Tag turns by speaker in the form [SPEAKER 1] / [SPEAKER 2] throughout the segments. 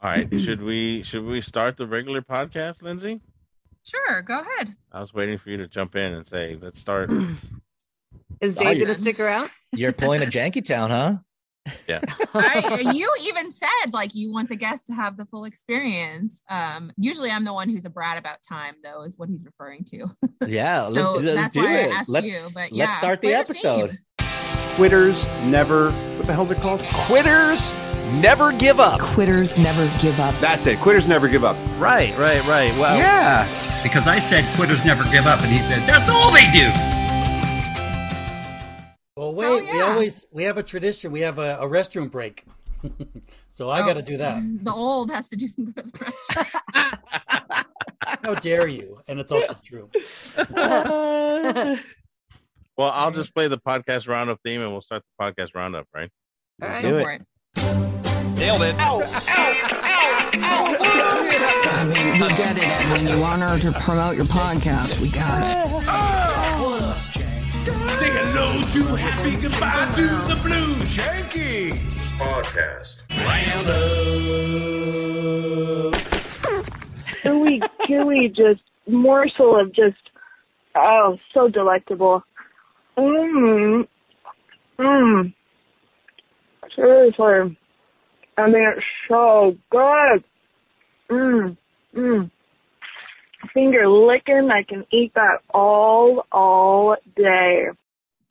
[SPEAKER 1] All right. should we should we start the regular podcast, Lindsay?
[SPEAKER 2] Sure, go ahead.
[SPEAKER 1] I was waiting for you to jump in and say, let's start.
[SPEAKER 3] Is
[SPEAKER 4] Oh,
[SPEAKER 3] Dave
[SPEAKER 4] yeah.
[SPEAKER 3] gonna stick around?
[SPEAKER 4] You're pulling a janky town, huh?
[SPEAKER 2] I, you even said like you want the guest to have the full experience. Um, usually, I'm the one who's a brat about time, though, is what he's referring to.
[SPEAKER 4] Yeah, let's,
[SPEAKER 2] So
[SPEAKER 4] let's
[SPEAKER 2] that's
[SPEAKER 4] do
[SPEAKER 2] why I
[SPEAKER 4] it.
[SPEAKER 2] asked
[SPEAKER 4] let's
[SPEAKER 2] you, but yeah,
[SPEAKER 4] let's start the
[SPEAKER 2] clear
[SPEAKER 4] episode.
[SPEAKER 2] theme.
[SPEAKER 5] Quitters never. What the hell's it called?
[SPEAKER 6] Quitters never give up.
[SPEAKER 7] Quitters never give up.
[SPEAKER 5] That's it. Quitters never give up.
[SPEAKER 6] Right, right, right. Wow.
[SPEAKER 8] Yeah. Because I said quitters never give up, and he said, that's all they do.
[SPEAKER 9] Well, wait.
[SPEAKER 2] Hell
[SPEAKER 9] We
[SPEAKER 2] yeah.
[SPEAKER 9] always we have a tradition. We have a, a restroom break, so I got to
[SPEAKER 2] Oh,
[SPEAKER 9] do that.
[SPEAKER 2] The old has to do with the restaurant.
[SPEAKER 9] How dare you? And it's also true.
[SPEAKER 1] Well, I'll just play the podcast roundup theme and we'll start the podcast roundup, right?
[SPEAKER 3] All right.
[SPEAKER 4] do
[SPEAKER 2] go
[SPEAKER 4] it.
[SPEAKER 2] for it.
[SPEAKER 6] Nailed it.
[SPEAKER 7] You get it, Edwin. You want her to promote your podcast. We got it.
[SPEAKER 10] Say hello to happy, goodbye to the blue. Janky podcast.
[SPEAKER 11] gooey, gooey, just morsel of just oh, so delectable. Mmm, mmm. Seriously, I mean it's so good. Mmm, mmm. Finger licking, I can eat that all, all day.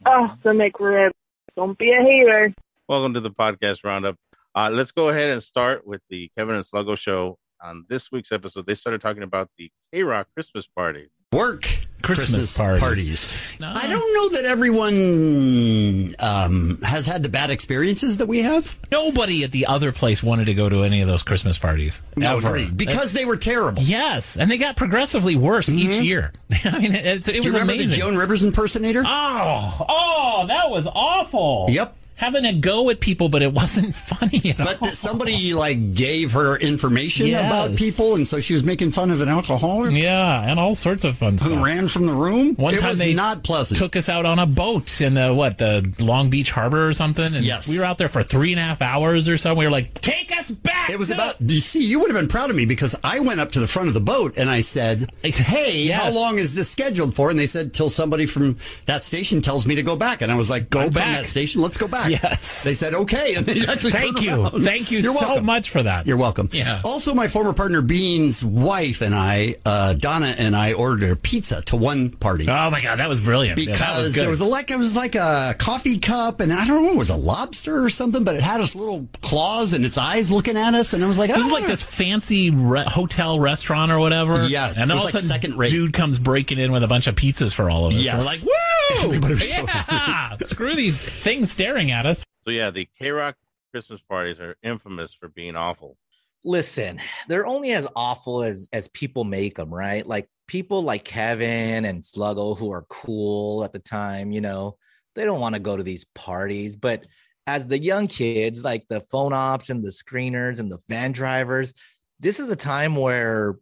[SPEAKER 11] Oh, the McRib. Don't be a hater.
[SPEAKER 1] Welcome to the podcast roundup. Uh, let's go ahead and start with the Kevin and Sluggo show. On this week's episode, they started talking about the K Rock Christmas parties.
[SPEAKER 8] Work Christmas, parties. I don't know that everyone um, has had the bad experiences that we have.
[SPEAKER 12] Nobody at the other place wanted to go to any of those Christmas parties.
[SPEAKER 8] No,
[SPEAKER 12] ever.
[SPEAKER 8] agreed. Because they were terrible.
[SPEAKER 12] Yes, and they got progressively worse each year. I mean, it, it
[SPEAKER 8] Mm-hmm. Do
[SPEAKER 12] was
[SPEAKER 8] you remember
[SPEAKER 12] amazing.
[SPEAKER 8] the Joan Rivers impersonator?
[SPEAKER 12] oh, oh, that was awful.
[SPEAKER 8] Yep.
[SPEAKER 12] having a go at people, but it wasn't funny at
[SPEAKER 8] But
[SPEAKER 12] all.
[SPEAKER 8] that somebody like gave her information
[SPEAKER 12] Yes.
[SPEAKER 8] about people, and so she was making fun of an alcoholic
[SPEAKER 12] yeah, and all sorts of fun
[SPEAKER 8] who
[SPEAKER 12] stuff.
[SPEAKER 8] ran from the room.
[SPEAKER 12] One
[SPEAKER 8] it
[SPEAKER 12] time
[SPEAKER 8] was
[SPEAKER 12] they
[SPEAKER 8] not pleasant.
[SPEAKER 12] Took us out on a boat in the what the Long Beach Harbor or something. And
[SPEAKER 8] Yes.
[SPEAKER 12] we were out there for three and a half hours or so. We were like, "Take us back."
[SPEAKER 8] It was
[SPEAKER 12] to
[SPEAKER 8] about, you see, you would have been proud of me because I went up to the front of the boat and I said, Hey,
[SPEAKER 12] Yes.
[SPEAKER 8] how long is this scheduled for? And they said, Till somebody from that station tells me to go back. And I was like, Go
[SPEAKER 12] back.
[SPEAKER 8] From that station, let's go back.
[SPEAKER 12] Yes.
[SPEAKER 8] They said, Okay. And they actually
[SPEAKER 12] Thank
[SPEAKER 8] turned
[SPEAKER 12] you.
[SPEAKER 8] around.
[SPEAKER 12] Thank you
[SPEAKER 8] You're
[SPEAKER 12] so
[SPEAKER 8] welcome.
[SPEAKER 12] much for that.
[SPEAKER 8] You're welcome.
[SPEAKER 12] Yeah.
[SPEAKER 8] Also, my former partner Bean's wife and I, uh, Donna and I, ordered a pizza to one party
[SPEAKER 12] Oh my god, that was brilliant. Yeah,
[SPEAKER 8] because
[SPEAKER 12] that was good.
[SPEAKER 8] there was a, like it was like a coffee cup, and I don't know, it was a lobster or something, but it had its little claws and its eyes looking at us, and I was like,
[SPEAKER 12] This is
[SPEAKER 8] "Ah."
[SPEAKER 12] like this fancy re- hotel restaurant or whatever.
[SPEAKER 8] Yeah, it
[SPEAKER 12] and all
[SPEAKER 8] was
[SPEAKER 12] of
[SPEAKER 8] like
[SPEAKER 12] a sudden,
[SPEAKER 8] second rate.
[SPEAKER 12] dude comes breaking in with a bunch of pizzas for all of us.
[SPEAKER 8] Yes.
[SPEAKER 12] we're like, woo!
[SPEAKER 8] Everybody was so-
[SPEAKER 12] yeah, screw these things staring at us.
[SPEAKER 1] So, yeah, the K Rock Christmas parties are infamous for being awful.
[SPEAKER 4] Listen, they're only as awful as as people make them, right? Like people like Kevin and Sluggo who are cool at the time, you know, they don't want to go to these parties. But as the young kids, like the phone ops and the screeners and the van drivers, this is a time where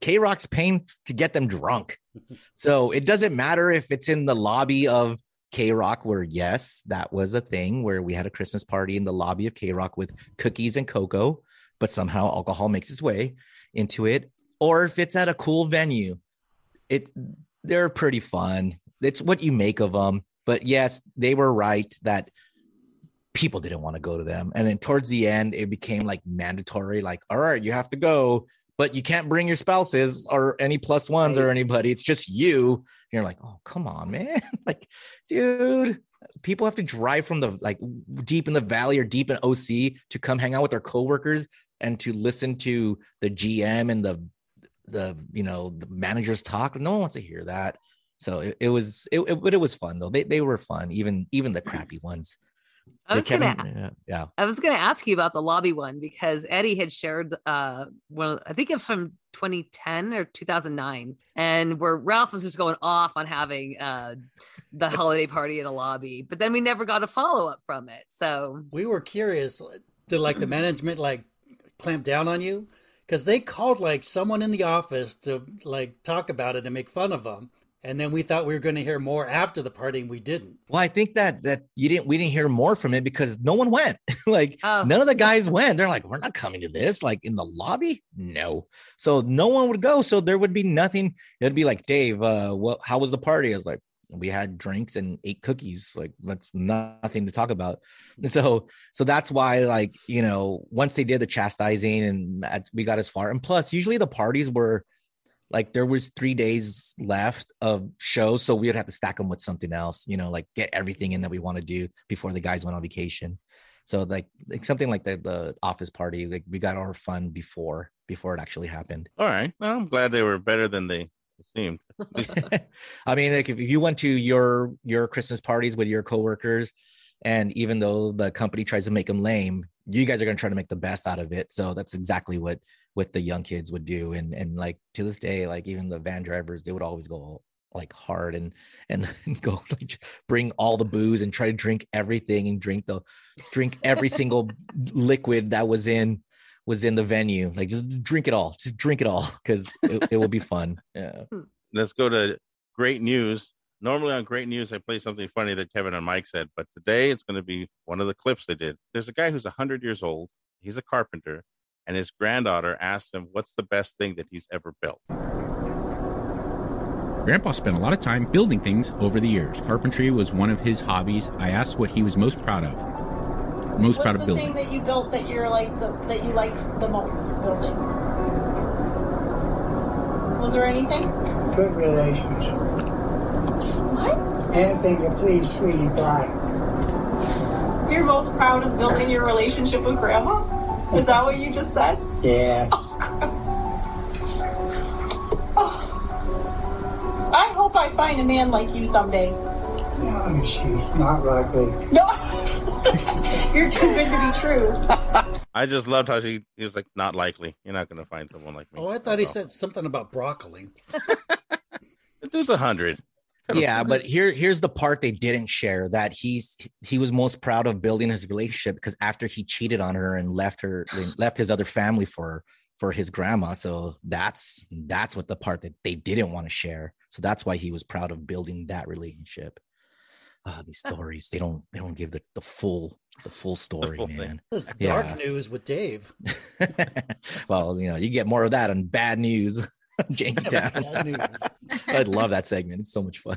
[SPEAKER 4] K Rock's paying to get them drunk. So it doesn't matter if it's in the lobby of K Rock, where yes, that was a thing where we had a Christmas party in the lobby of K Rock with cookies and cocoa, but somehow alcohol makes its way into it. Or if it's at a cool venue, it they're pretty fun. It's what you make of them. But yes, they were right that people didn't want to go to them. And then towards the end, it became like mandatory, like, all right, you have to go, but you can't bring your spouses or any plus ones or anybody. It's just you. And you're like, oh, come on, man. like, dude, people have to drive from the like deep in the valley or deep in OC to come hang out with their coworkers and to listen to the GM and the the you know the managers talk. No one wants to hear that. So it, it was it, it but it was fun though. They they were fun, even even the crappy ones.
[SPEAKER 3] I
[SPEAKER 4] The
[SPEAKER 3] was gonna
[SPEAKER 4] yeah, yeah.
[SPEAKER 3] I was going to ask you about the lobby one because Eddie had shared uh one of- I think it was from 2010 or 2009 and where Ralph was just going off on having uh the holiday party in a lobby but then we never got a follow up from it so
[SPEAKER 9] We were curious. Did like the management like clamp down on you? Because they called like someone in the office to like talk about it and make fun of them. And then we thought we were going to hear more after the party, and we didn't.
[SPEAKER 4] Well, I think that that you didn't we didn't hear more from it because no one went. like none of the guys went. They're like, we're not coming to this. Like in the lobby, no. So no one would go. So there would be nothing. It'd be like Dave, uh, what? How was the party? I was like, we had drinks and ate cookies. Like that's nothing to talk about. And so so that's why like you know once they did the chastising and that, we got as far. And plus, usually the parties were like there was three days left of shows so we would have to stack them with something else you know like get everything in that we want to do before the guys went on vacation so like, like something like the, the office party like we got our fun before before it actually happened
[SPEAKER 1] All right. Well, I'm glad they were better than they seemed.
[SPEAKER 4] i mean like if you went to your your christmas parties with your coworkers and even though the company tries to make them lame you guys are going to try to make the best out of it so that's exactly what what the young kids would do and and like to this day like even the van drivers they would always go like hard and and go like just bring all the booze and try to drink everything and drink the drink every single liquid that was in was in the venue like just drink it all just drink it all because it, it will be fun yeah
[SPEAKER 1] Let's go to great news. Normally on great news, I play something funny that Kevin and Mike said, but today it's going to be one of the clips they did. There's a guy who's 100 years old. He's a carpenter, and his granddaughter asked him what's the best thing that he's ever built.
[SPEAKER 13] Grandpa spent a lot of time building things over the years. Carpentry was one of his hobbies. I asked what he was most proud of. Most proud of
[SPEAKER 14] the
[SPEAKER 13] building.
[SPEAKER 14] thing that you built that you're like the, that you liked the most building? Was there anything?
[SPEAKER 15] Good relations. Anything to please sweetie pie.
[SPEAKER 14] You're most proud of building your relationship with grandma? Is that what you just said?
[SPEAKER 15] Yeah.
[SPEAKER 14] I hope I find a man like you someday.
[SPEAKER 15] No, she's not likely.
[SPEAKER 14] No. you're too good to be true.
[SPEAKER 1] I just loved how she he was like, not likely. You're not going to find someone like me.
[SPEAKER 9] Oh, I thought he said something about broccoli.
[SPEAKER 1] The dude's 100.
[SPEAKER 4] yeah but here here's the part they didn't share that he's he was most proud of building his relationship because after he cheated on her and left her left his other family for for his grandma so that's that's what the part that they didn't want to share so that's why he was proud of building that relationship Ah, these stories they don't they don't give the, the full the full story man
[SPEAKER 9] This dark
[SPEAKER 4] Yeah.
[SPEAKER 9] news with Dave.
[SPEAKER 4] well you know you get more of that on bad news janky
[SPEAKER 9] Bad news.
[SPEAKER 4] town i'd love that segment it's so much fun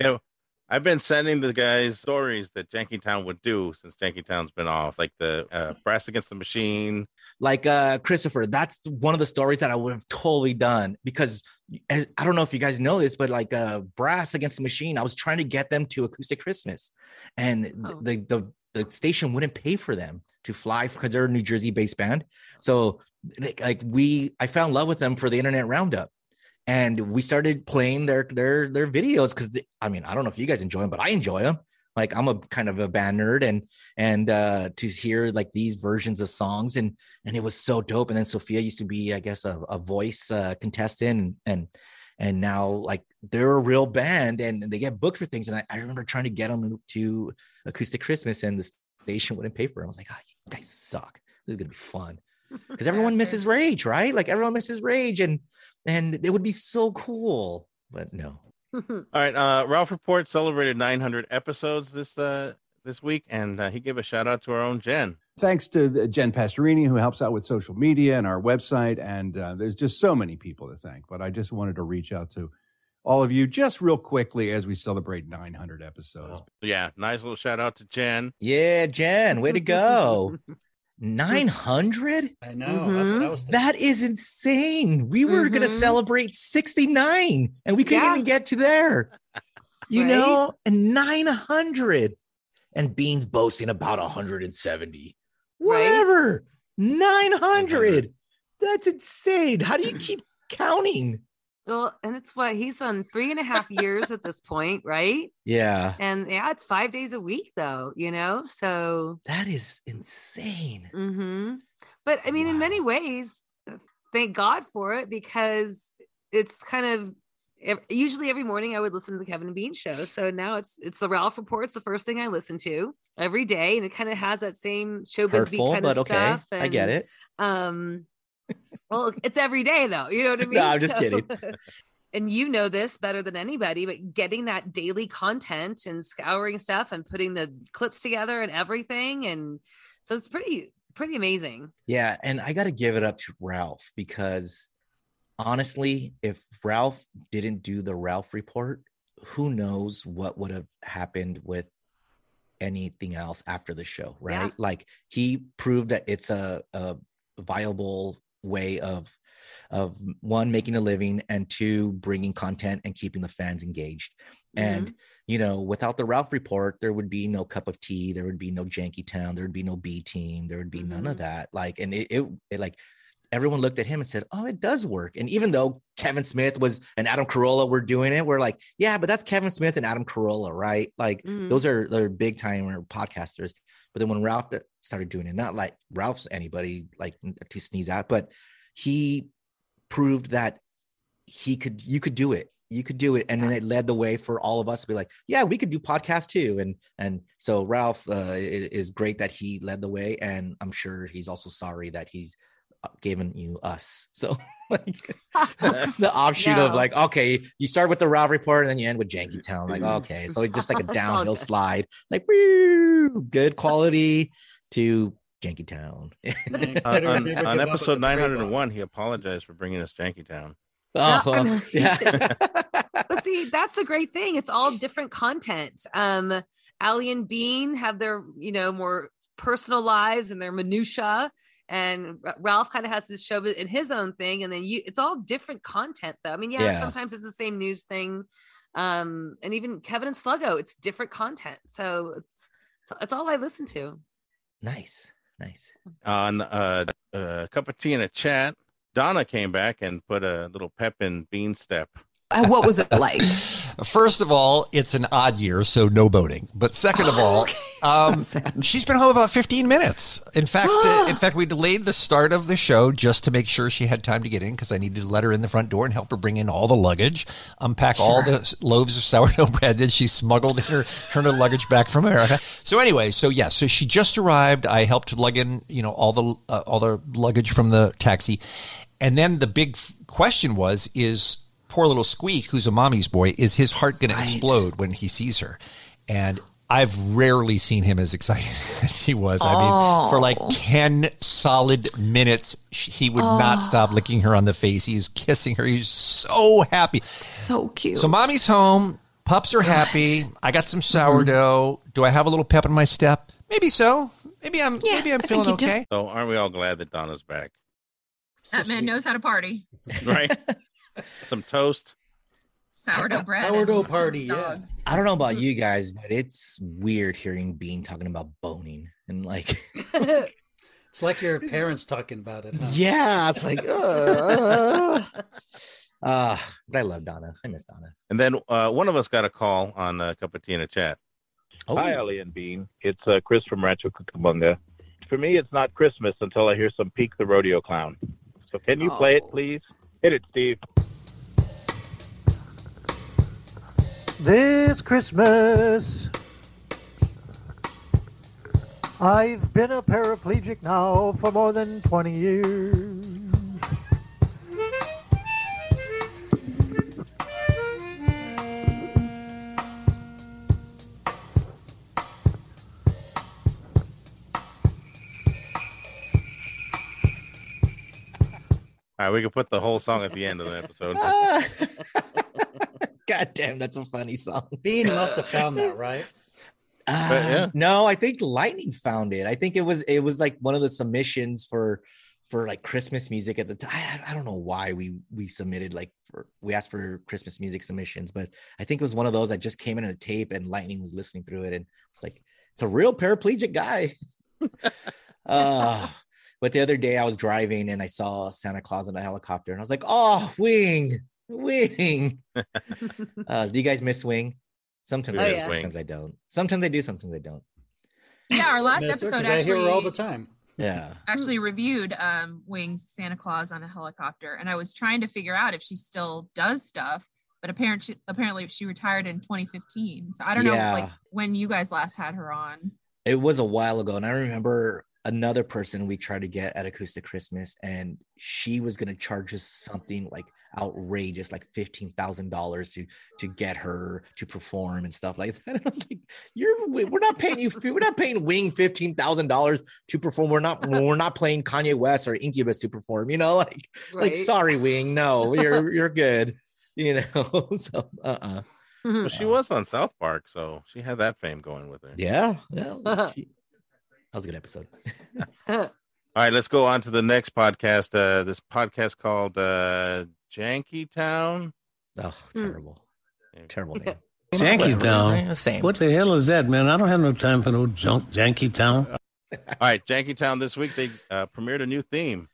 [SPEAKER 1] Yeah, I've been sending the guys stories that Jankytown would do since Jankytown's been off, like the uh, Brass Against the Machine.
[SPEAKER 4] like uh christopher that's one of the stories that i would have totally done because as, i don't know if you guys know this but like uh brass against the machine i was trying to get them to acoustic christmas and th- the, the the station wouldn't pay for them to fly because they're a new jersey based band so like, like we i found love with them for the internet roundup and we started playing their their their videos because I mean I don't know if you guys enjoy them, but I enjoy them. Like I'm a kind of a band nerd, and and uh, to hear like these versions of songs, and and it was so dope. And then Sophia used to be, I guess, a, a voice uh, contestant, and, and and now like they're a real band, and they get booked for things. And I, I remember trying to get them to Acoustic Christmas, and the station wouldn't pay for them. I was like, oh, you guys suck. This is gonna be fun because everyone misses Rage, right? Like everyone misses Rage, and and it would be so cool. But no,
[SPEAKER 1] All right, uh, Ralph Report celebrated 900 episodes this uh, this week, and uh, he gave a shout out to our own Jen.
[SPEAKER 16] Thanks to uh, Jen Pastorini, who helps out with social media and our website. And uh, there's just so many people to thank, but I just wanted to reach out to all of you just real quickly as we celebrate 900 episodes.
[SPEAKER 1] Yeah, nice little shout out to Jen.
[SPEAKER 4] Oh. yeah, Jen, way to go. 900?
[SPEAKER 9] I know. That's what I was
[SPEAKER 4] That is insane. We were going to celebrate 69 and we couldn't
[SPEAKER 9] Mm-hmm. Yeah.
[SPEAKER 4] even get to there. You
[SPEAKER 9] Right?
[SPEAKER 4] know, and 900 and Bean's boasting about 170. Whatever. 900. That's insane. How do you keep counting?
[SPEAKER 3] Well, and it's what he's on three and a half years at this point, right?
[SPEAKER 4] Yeah.
[SPEAKER 3] And yeah, it's five days a week though, you know? So
[SPEAKER 4] that is insane.
[SPEAKER 3] hmm But I mean, in many ways, thank God for it because it's kind of ev- usually every morning I would listen to the Kevin and Bean show. So now it's it's the Ralph Report's the first thing I listen to every day. And it kind of has that same showbiz beat
[SPEAKER 4] Hurtful,
[SPEAKER 3] kind
[SPEAKER 4] but
[SPEAKER 3] of
[SPEAKER 4] okay.
[SPEAKER 3] stuff.
[SPEAKER 4] I get
[SPEAKER 3] and,
[SPEAKER 4] it.
[SPEAKER 3] Um well, it's every day though. You know what I mean?
[SPEAKER 4] No, I'm just kidding.
[SPEAKER 3] and you know this better than anybody, but getting that daily content and scouring stuff and putting the clips together and everything. And so it's pretty, pretty amazing.
[SPEAKER 4] Yeah, and I got to give it up to Ralph because honestly, if Ralph didn't do the Ralph report, who knows what would have happened with anything else after the show, right?
[SPEAKER 3] Yeah.
[SPEAKER 4] Like he proved that it's a, a viable way of of one making a living and two bringing content and keeping the fans engaged. And you know, without the Ralph report, there would be no cup of tea, there would be no Janky Town, there would be no B team, there would be none of that. Like, and it, it, it like everyone looked at him and said, "Oh, it does work." And even though Kevin Smith was and Adam Carolla were doing it, we're like, "Yeah, but that's Kevin Smith and Adam Carolla, right?" Like
[SPEAKER 17] Mhm.
[SPEAKER 4] those are they're big timer podcasters. But then when Ralph started doing it, not like Ralph's anybody like to sneeze at, but he proved that he could you could do it you could do it and then it led the way for all of us to be like yeah we could do podcasts too and and so ralph uh, i- is great that he led the way and i'm sure he's also sorry that he's uh, given you us so like the offshoot of
[SPEAKER 17] No.
[SPEAKER 4] like okay you start with the ralph report and then you end with janky town like okay so it's just like a
[SPEAKER 17] It's all
[SPEAKER 4] downhill
[SPEAKER 17] good.
[SPEAKER 4] slide it's like woo, good quality to janky town
[SPEAKER 1] on, Uh, on- on episode 901, he apologized for bringing us Jankytown.
[SPEAKER 4] Oh, well, yeah.
[SPEAKER 3] but see, that's the great thing. It's all different content. Um, Allie and Bean have their, you know, more personal lives and their minutia, and Ra- Ralph kind of has his show in his own thing. And then you, it's all different content, though. I mean, yeah,
[SPEAKER 4] Yeah.
[SPEAKER 3] sometimes it's the same news thing, um, and even Kevin and Sluggo, it's different content. So it's it's- it's all I listen to.
[SPEAKER 4] nice nice
[SPEAKER 1] on uh, a cup of tea in a chat. Donna came back and put a little pep in bean step.
[SPEAKER 8] what was it like?
[SPEAKER 6] First of all, it's an odd year, so no boating. But second of all, um, she's been home about 15 minutes. In fact, uh, in fact, we delayed the start of the show just to make sure she had time to get in because I needed to let her in the front door and help her bring in all the luggage, unpack all
[SPEAKER 17] Sure.
[SPEAKER 6] the s- loaves of sourdough bread that she smuggled in her, her little luggage back from America. So anyway, so yes, so she just arrived. I helped lug in, you know, all the uh, all the luggage from the taxi, and then the big f- question was: Is poor little Squeak, who's a mommy's boy, is his heart going to explode when he sees her? And I've rarely seen him as excited as he was. I mean, for like
[SPEAKER 17] Oh.
[SPEAKER 6] 10 solid minutes, sh- he would
[SPEAKER 17] Oh.
[SPEAKER 8] Ah.
[SPEAKER 6] not stop licking her on the face. He's kissing her. He's so happy.
[SPEAKER 8] So cute.
[SPEAKER 6] So mommy's home. Pups are happy. I got some sourdough. Do I have a little pep in my step? Maybe so. Maybe I'm maybe I'm feeling okay.
[SPEAKER 1] So aren't we all glad that Donna's back?
[SPEAKER 2] that man knows how to party.
[SPEAKER 1] Right? Some toast.
[SPEAKER 2] Sourdough bread.
[SPEAKER 9] Sourdough
[SPEAKER 2] and
[SPEAKER 9] party,
[SPEAKER 2] dogs.
[SPEAKER 4] I don't know about you guys, but it's weird hearing Bean talking about boning and like,
[SPEAKER 9] It's like your parents talking about it. Huh?
[SPEAKER 4] yeah, it's like, uh, uh, but I love Donna. I miss Donna.
[SPEAKER 1] And then uh, one of us got a call on a cup of tea in a chat.
[SPEAKER 4] Oh.
[SPEAKER 12] Hi, Ellie and Bean. It's uh, Chris from Rancho Cucamonga. For me, it's not Christmas until I hear some Peek the Rodeo Clown. So can you play it, please? Hit it, Steve.
[SPEAKER 18] This Christmas, I've been a paraplegic now for more than 20 years.
[SPEAKER 1] All right, we can put the whole song at the end of the episode.
[SPEAKER 4] Ah. God damn, that's a funny song.
[SPEAKER 9] Bean must have found that, right?
[SPEAKER 4] Uh, No, I think Lightning found it. I think it was it was like one of the submissions for for like Christmas music at the time. I, I don't know why we we submitted like for we asked for Christmas music submissions, but I think it was one of those that just came in on a tape and Lightning was listening through it and it's like it's a real paraplegic guy. uh, but the other day I was driving and I saw Santa Claus in a helicopter and I was like, oh, wing, wing. uh, do you guys miss wing? Sometimes,
[SPEAKER 2] We
[SPEAKER 4] I do,
[SPEAKER 2] miss Wing.
[SPEAKER 4] sometimes I don't. Sometimes I do. Sometimes I don't.
[SPEAKER 2] Yeah, our last
[SPEAKER 9] That's
[SPEAKER 2] episode
[SPEAKER 9] because I hear
[SPEAKER 2] actually
[SPEAKER 9] her all the time.
[SPEAKER 4] Yeah.
[SPEAKER 2] actually reviewed um, Wings Santa Claus on a helicopter, and I was trying to figure out if she still does stuff. But apparently, apparently she retired in 2015. So I don't know, like
[SPEAKER 4] Yeah.
[SPEAKER 2] when you guys last had her on.
[SPEAKER 4] It was a while ago, and I remember another person we tried to get at acoustic christmas and she was going to charge us something like outrageous like $15000 to to get her to perform and stuff like that and i was like you're we're not paying you we're not paying wing $15000 to perform we're not we're not playing kanye west or incubus to perform you know like like
[SPEAKER 1] Right.
[SPEAKER 4] sorry wing no you're you're good you know so uh-uh
[SPEAKER 1] Well, she was on South Park, so she had that fame going with her.
[SPEAKER 4] yeah, yeah she- that was a good episode
[SPEAKER 1] All right, let's go on to the next podcast. Uh, this podcast called uh, Janky Town.
[SPEAKER 4] Oh, terrible, terrible name.
[SPEAKER 17] Janky Town.
[SPEAKER 1] Same.
[SPEAKER 17] What the hell is that, man? I don't have no time for no junk Janky Town.
[SPEAKER 1] All right, Janky Town. This week they uh, premiered a new theme.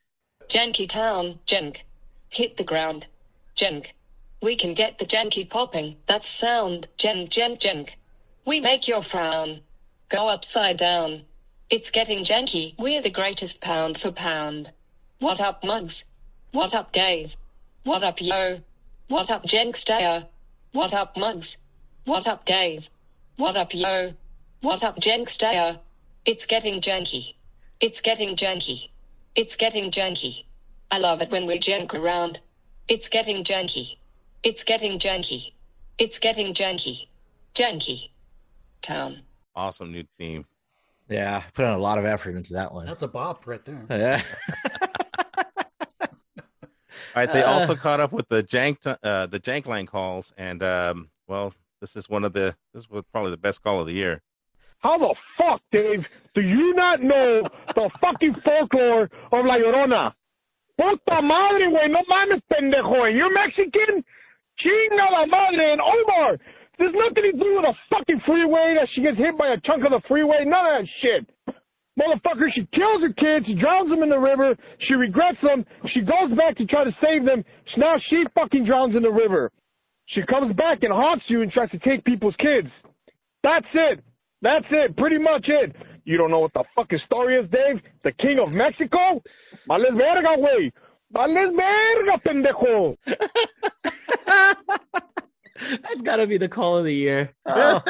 [SPEAKER 19] Janky Town, Jenk. Hit the ground. Jenk. We can get the janky popping. That sound, jenk, jenk, jenk. We make your frown. Go upside down. It's getting janky. We're the greatest pound for pound. What up, mugs? What up, Dave? What up, yo? What up, Jenkstayer? What up, mugs? What up, Dave? What up, yo? What up, Jenkstayer? It's getting janky. It's getting janky. It's getting janky. I love it when we jank around. It's getting janky. It's getting janky. It's getting janky. Janky. Town.
[SPEAKER 1] Awesome new theme.
[SPEAKER 4] Yeah, put in a lot of effort into that one.
[SPEAKER 9] That's a bop right there.
[SPEAKER 4] Yeah.
[SPEAKER 1] All right, they
[SPEAKER 9] Uh.
[SPEAKER 1] also caught up with the jank uh, the jank line calls, and um, well, this is one of the this was probably the best call of the year.
[SPEAKER 20] How the fuck, Dave, do you not know the fucking folklore of La Llorona? Puta madre, güey, no mames, pendejo. And you're Mexican? Chinga la madre. And Omar, there's nothing to do with a fucking freeway that she gets hit by a chunk of the freeway. None of that shit. Motherfucker, she kills her kids, she drowns them in the river, she regrets them, she goes back to try to save them, so now she fucking drowns in the river. She comes back and haunts you and tries to take people's kids. That's it. That's it. Pretty much it. You don't know what the fucking story is, Dave? The king of Mexico? Vales verga, güey. Vales verga, pendejo.
[SPEAKER 4] That's got to be the call of the year. Oh.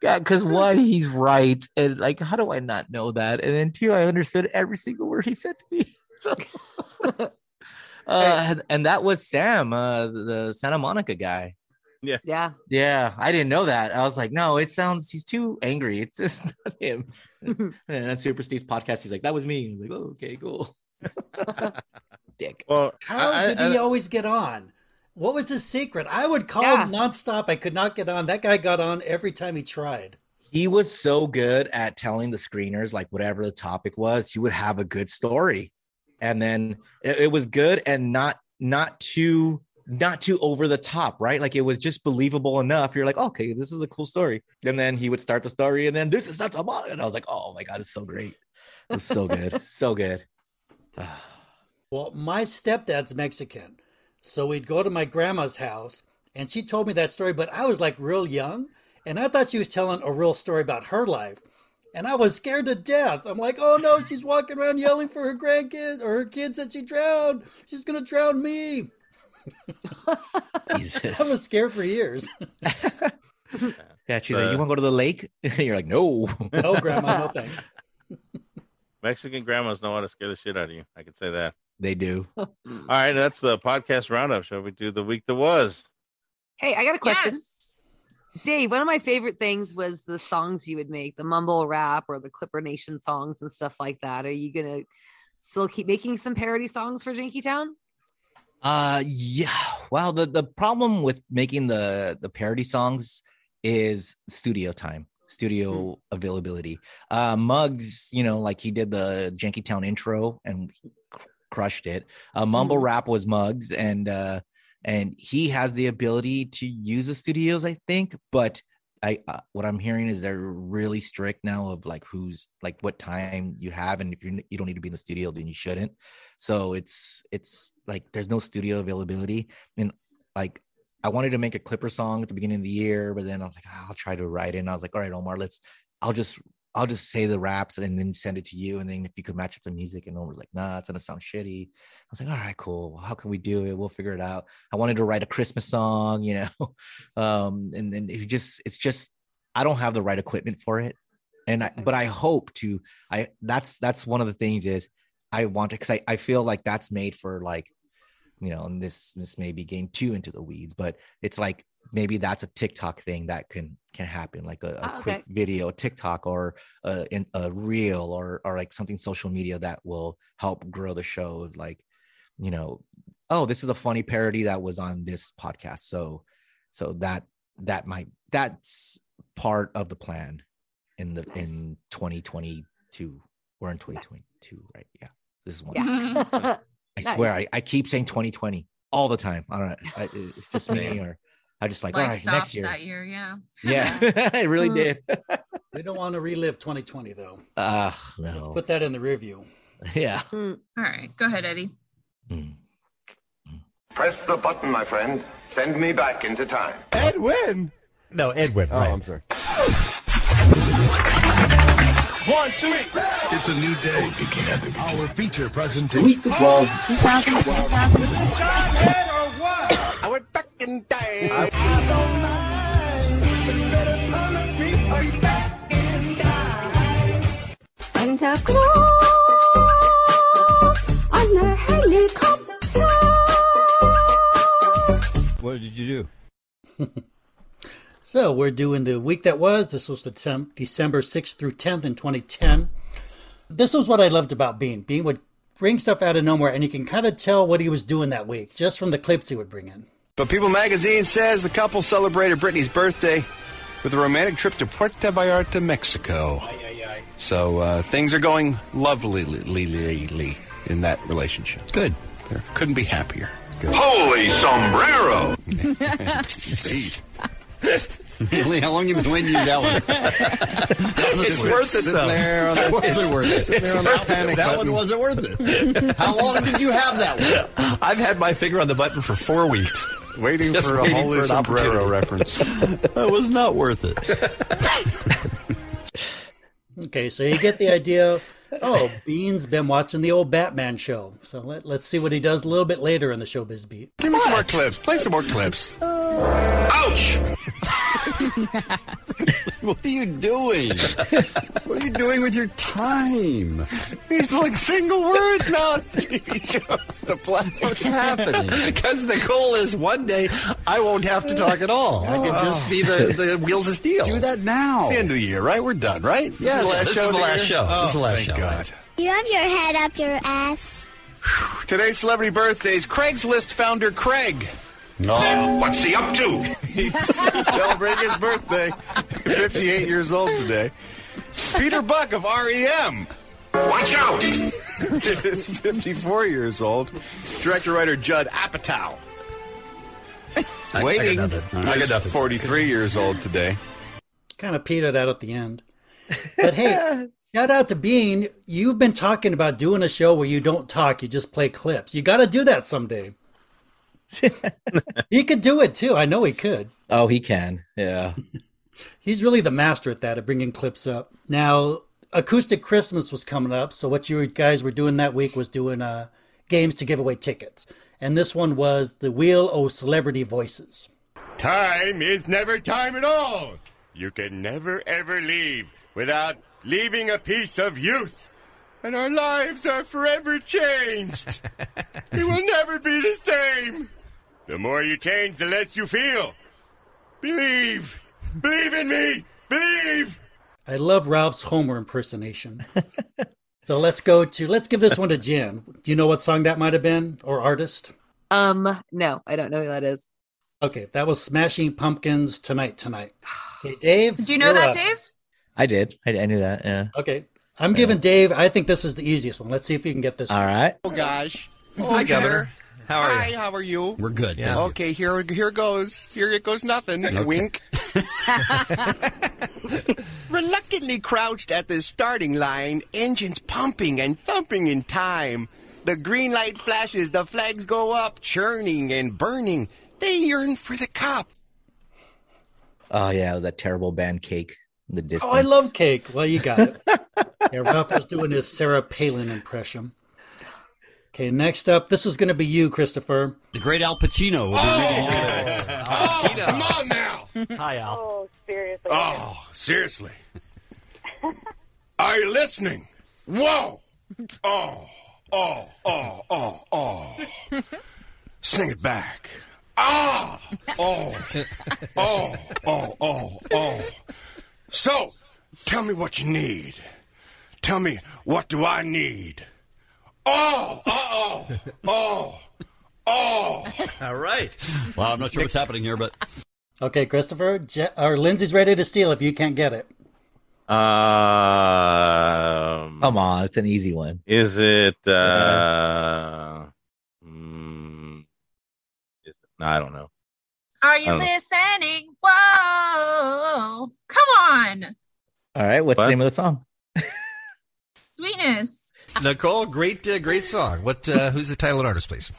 [SPEAKER 4] God, because one, he's right, and like, how do I not know that? And then two, I understood every single word he said to me. So, uh, and that was Sam, uh, the Santa Monica guy.
[SPEAKER 1] Yeah,
[SPEAKER 3] yeah.
[SPEAKER 4] Yeah, I didn't know that. I was like, no, it sounds he's too angry. It's just not him. and on Super Steve's podcast, he's like, that was me. I was like, oh, okay, cool. Dick.
[SPEAKER 1] Well,
[SPEAKER 9] How did he always get on? What was his secret? I would call him nonstop. I could not get on. That guy got on every time he tried.
[SPEAKER 4] he was so good at telling the screeners like whatever the topic was he would have a good story and then it, it was good and not not too not too over the top right like it was just believable enough you're like okay this is a cool story and then he would start the story and then this is not about and i was like oh my god it's so great it was so good so good
[SPEAKER 9] Well, my stepdad's Mexican. So we'd go to my grandma's house and she told me that story, but I was like real young and I thought she was telling a real story about her life. And I was scared to death. I'm like, oh no, she's walking around yelling for her grandkids or her kids that she drowned. She's going to drown me. I was scared for years.
[SPEAKER 4] yeah she's like you want to go to the lake you're like no
[SPEAKER 9] no grandma no thanks
[SPEAKER 1] Mexican grandmas know how to scare the shit out of you. I can say that.
[SPEAKER 4] they do
[SPEAKER 1] All right, that's the podcast roundup. Shall we do the week that was?
[SPEAKER 3] Hey, I got a question. Dave, one of my favorite things was the songs you would make, the mumble rap or the Clipper Nation songs and stuff like that. Are you going to still keep making some parody songs for Janky Town?
[SPEAKER 4] Uh yeah. Well, the the problem with making the the parody songs is studio time, studio availability. Uh Muggs, you know, like he did the Janky Town intro and cr- crushed it. Uh Mumble Rap was Muggs and uh and he has the ability to use the studios, I think, but I uh, what I'm hearing is they're really strict now of like who's like what time you have, and if you you don't need to be in the studio, then you shouldn't. So it's it's like there's no studio availability, and like I wanted to make a Clipper song at the beginning of the year, but then I was like, "Ah, I'll try to write it. And I was like, all right, Omar, let's I'll just I'll just say the raps and then send it to you, and then if you could match up the music, and Omar's like, nah, it's gonna sound shitty. I was like, all right, cool. Well, how can we do it? We'll figure it out. I wanted to write a Christmas song, you know, um, and then it just it's just I don't have the right equipment for it, and I, but I hope to. I that's that's one of the things is I want to because I I feel like that's made for like you know, and this this may be getting too into the weeds, but it's like maybe that's a TikTok thing that can can happen, like a, a
[SPEAKER 3] Ah,
[SPEAKER 4] quick
[SPEAKER 3] okay.
[SPEAKER 4] video TikTok or a, in, a reel or or like something social media that will help grow the show. Of like, you know, oh, this is a funny parody that was on this podcast, so so that that might that's part of the plan in the in 2022 we're in 2022 right yeah this is one
[SPEAKER 3] Yeah.
[SPEAKER 4] I swear,
[SPEAKER 3] Nice.
[SPEAKER 4] I, I keep saying 2020 all the time. I don't know. I, it's just me, or I just like, all right, next
[SPEAKER 2] stops
[SPEAKER 4] year.
[SPEAKER 2] that year, yeah.
[SPEAKER 4] Yeah, it really
[SPEAKER 9] Mm.
[SPEAKER 4] did.
[SPEAKER 9] We don't want to relive 2020 though.
[SPEAKER 4] Uh,
[SPEAKER 9] Let's
[SPEAKER 4] no.
[SPEAKER 9] put that in the review.
[SPEAKER 4] Yeah.
[SPEAKER 2] All right, go ahead, Eddie.
[SPEAKER 21] Press the button, my friend. Send me back into time.
[SPEAKER 7] Edwin!
[SPEAKER 10] No, Edwin.
[SPEAKER 7] Oh, I'm sorry. One, two, It's a new day. Our feature presentation.
[SPEAKER 10] Meet the 12.
[SPEAKER 20] Oh,
[SPEAKER 7] 2000, 2000. or what? Our back in day. I don't mind, but you better promise me I'll be back in time.
[SPEAKER 22] on a helicopter.
[SPEAKER 9] What did you do? so we're doing the week that was. This was the tem- December 6th through 10th in 2010. This was what I loved about Bean. Bean would bring stuff out of nowhere, and you can kind of tell what he was doing that week just from the clips he would bring in.
[SPEAKER 5] But People magazine says the couple celebrated Britney's birthday with a romantic trip to Puerto Vallarta, Mexico. So uh, things are going lovely in that relationship. Good. There couldn't be happier.
[SPEAKER 7] Holy sombrero!
[SPEAKER 5] How long you been waiting to use that one?
[SPEAKER 7] It's worth it,
[SPEAKER 5] Sitting
[SPEAKER 7] though.
[SPEAKER 5] there on that-
[SPEAKER 7] Was it worth it?
[SPEAKER 5] sitting there on
[SPEAKER 7] It's
[SPEAKER 5] that
[SPEAKER 7] worth it.
[SPEAKER 5] panic
[SPEAKER 7] That
[SPEAKER 5] button.
[SPEAKER 7] one wasn't worth it. How long did you have that one?
[SPEAKER 10] I've had my finger on the button for four weeks.
[SPEAKER 5] Waiting
[SPEAKER 10] Just
[SPEAKER 5] for a
[SPEAKER 10] waiting
[SPEAKER 5] holy
[SPEAKER 10] for an
[SPEAKER 5] sombrero
[SPEAKER 10] opportunity.
[SPEAKER 5] reference.
[SPEAKER 10] that was not worth it.
[SPEAKER 9] Okay, so you get the idea. Oh, Bean's been watching the old Batman show. So let, let's see what he does a little bit later in the showbiz beat.
[SPEAKER 5] Give me some more clips. Play some more clips.
[SPEAKER 7] Ouch! what are you doing? What are you doing with your time? He's pulling single words now. TV shows to play. What's happening?
[SPEAKER 10] Because the goal is one day I won't have to talk at all. I can just be the, the wheels of steel. Do
[SPEAKER 5] Oh. that now. It's the end of the year, right? We're done, right?
[SPEAKER 10] Yeah, this is the
[SPEAKER 5] of
[SPEAKER 10] last
[SPEAKER 5] year?
[SPEAKER 10] show. This is the
[SPEAKER 5] Oh,
[SPEAKER 10] last
[SPEAKER 5] thank
[SPEAKER 10] show.
[SPEAKER 5] God.
[SPEAKER 22] You have your head up your ass.
[SPEAKER 5] Today's celebrity birthdays Craigslist founder Craig.
[SPEAKER 7] No.
[SPEAKER 5] What's he up to? He's celebrating his birthday. 58 years old today. Peter Buck of E REM. Watch out! is 54 years old. Director writer Judd Apatow.
[SPEAKER 10] I
[SPEAKER 5] Waiting.
[SPEAKER 10] got nothing. I got
[SPEAKER 5] is
[SPEAKER 10] nothing.
[SPEAKER 5] 43 years old today.
[SPEAKER 9] kind of petered out at the end. But hey, shout out to Bean. You've been talking about doing a show where you don't talk, you just play clips. You got to do that someday. he could do it too. I know he could.
[SPEAKER 4] Oh, he can. Yeah.
[SPEAKER 9] He's really the master at that, at bringing clips up. Now, Acoustic Christmas was coming up. So, what you guys were doing that week was doing uh, games to give away tickets. And this one was the Wheel of Celebrity Voices.
[SPEAKER 23] Time is never time at all. You can never ever leave without leaving a piece of youth. And our lives are forever changed. we will never be the same. The more you change, the less you feel. Believe. Believe in me. Believe.
[SPEAKER 9] I love Ralph's Homer impersonation. so let's go to let's give this one to Jen. Do you know what song that might have been or artist?
[SPEAKER 3] Um, no, I don't know who that is.
[SPEAKER 9] Okay, that was Smashing Pumpkins tonight tonight. Okay, Dave.
[SPEAKER 2] Did you know
[SPEAKER 9] you're
[SPEAKER 2] that,
[SPEAKER 9] up.
[SPEAKER 2] Dave?
[SPEAKER 4] I did. I, I knew that. Yeah.
[SPEAKER 9] Okay, I'm giving Dave. I think this is the easiest one. Let's see if you can get this.
[SPEAKER 4] All right.
[SPEAKER 23] Oh gosh.
[SPEAKER 10] Hi, Governor. How are
[SPEAKER 23] Hi,
[SPEAKER 10] you?
[SPEAKER 23] how are you?
[SPEAKER 10] We're good. thank you.
[SPEAKER 23] Okay, here here goes. Here it goes nothing.
[SPEAKER 10] Okay.
[SPEAKER 23] Wink. Reluctantly crouched at the starting line, engines pumping and thumping in time. The green light flashes, the flags go up, churning and burning. They yearn for the cop.
[SPEAKER 4] Oh yeah, that terrible band cake. in The distance.
[SPEAKER 9] Oh, I love cake. Well, you got it. yeah, Ralph was doing his Sarah Palin impression. Okay, next up, this is going to be you, Christopher.
[SPEAKER 10] The great Al Pacino. will be reading your lyrics.
[SPEAKER 23] come on now.
[SPEAKER 10] Hi, Al.
[SPEAKER 6] Oh.
[SPEAKER 23] Oh, seriously.
[SPEAKER 10] Are you listening? Whoa! Oh, oh, oh, oh, oh. Sing it back. Ah! Oh, oh, oh, oh, oh. So, tell me what you need. Tell me, what do I need? Oh, uh-oh, oh, oh.
[SPEAKER 6] All right. Wow, I'm not sure what's happening here, but
[SPEAKER 9] Okay, Christopher, Je- or Lindsay's ready to steal if you can't get it.
[SPEAKER 1] Um,
[SPEAKER 4] Come on, it's an easy one. Uh-huh.
[SPEAKER 1] Is it? Uh, mm, is it? No, I don't know.
[SPEAKER 2] Are you
[SPEAKER 13] Oh.
[SPEAKER 1] I don't know.
[SPEAKER 2] listening? Whoa. Come on.
[SPEAKER 4] All right, what's the name of the song?
[SPEAKER 2] Sweetness.
[SPEAKER 6] Nicole, great, uh, great song. What? Uh, who's the title and artist, please?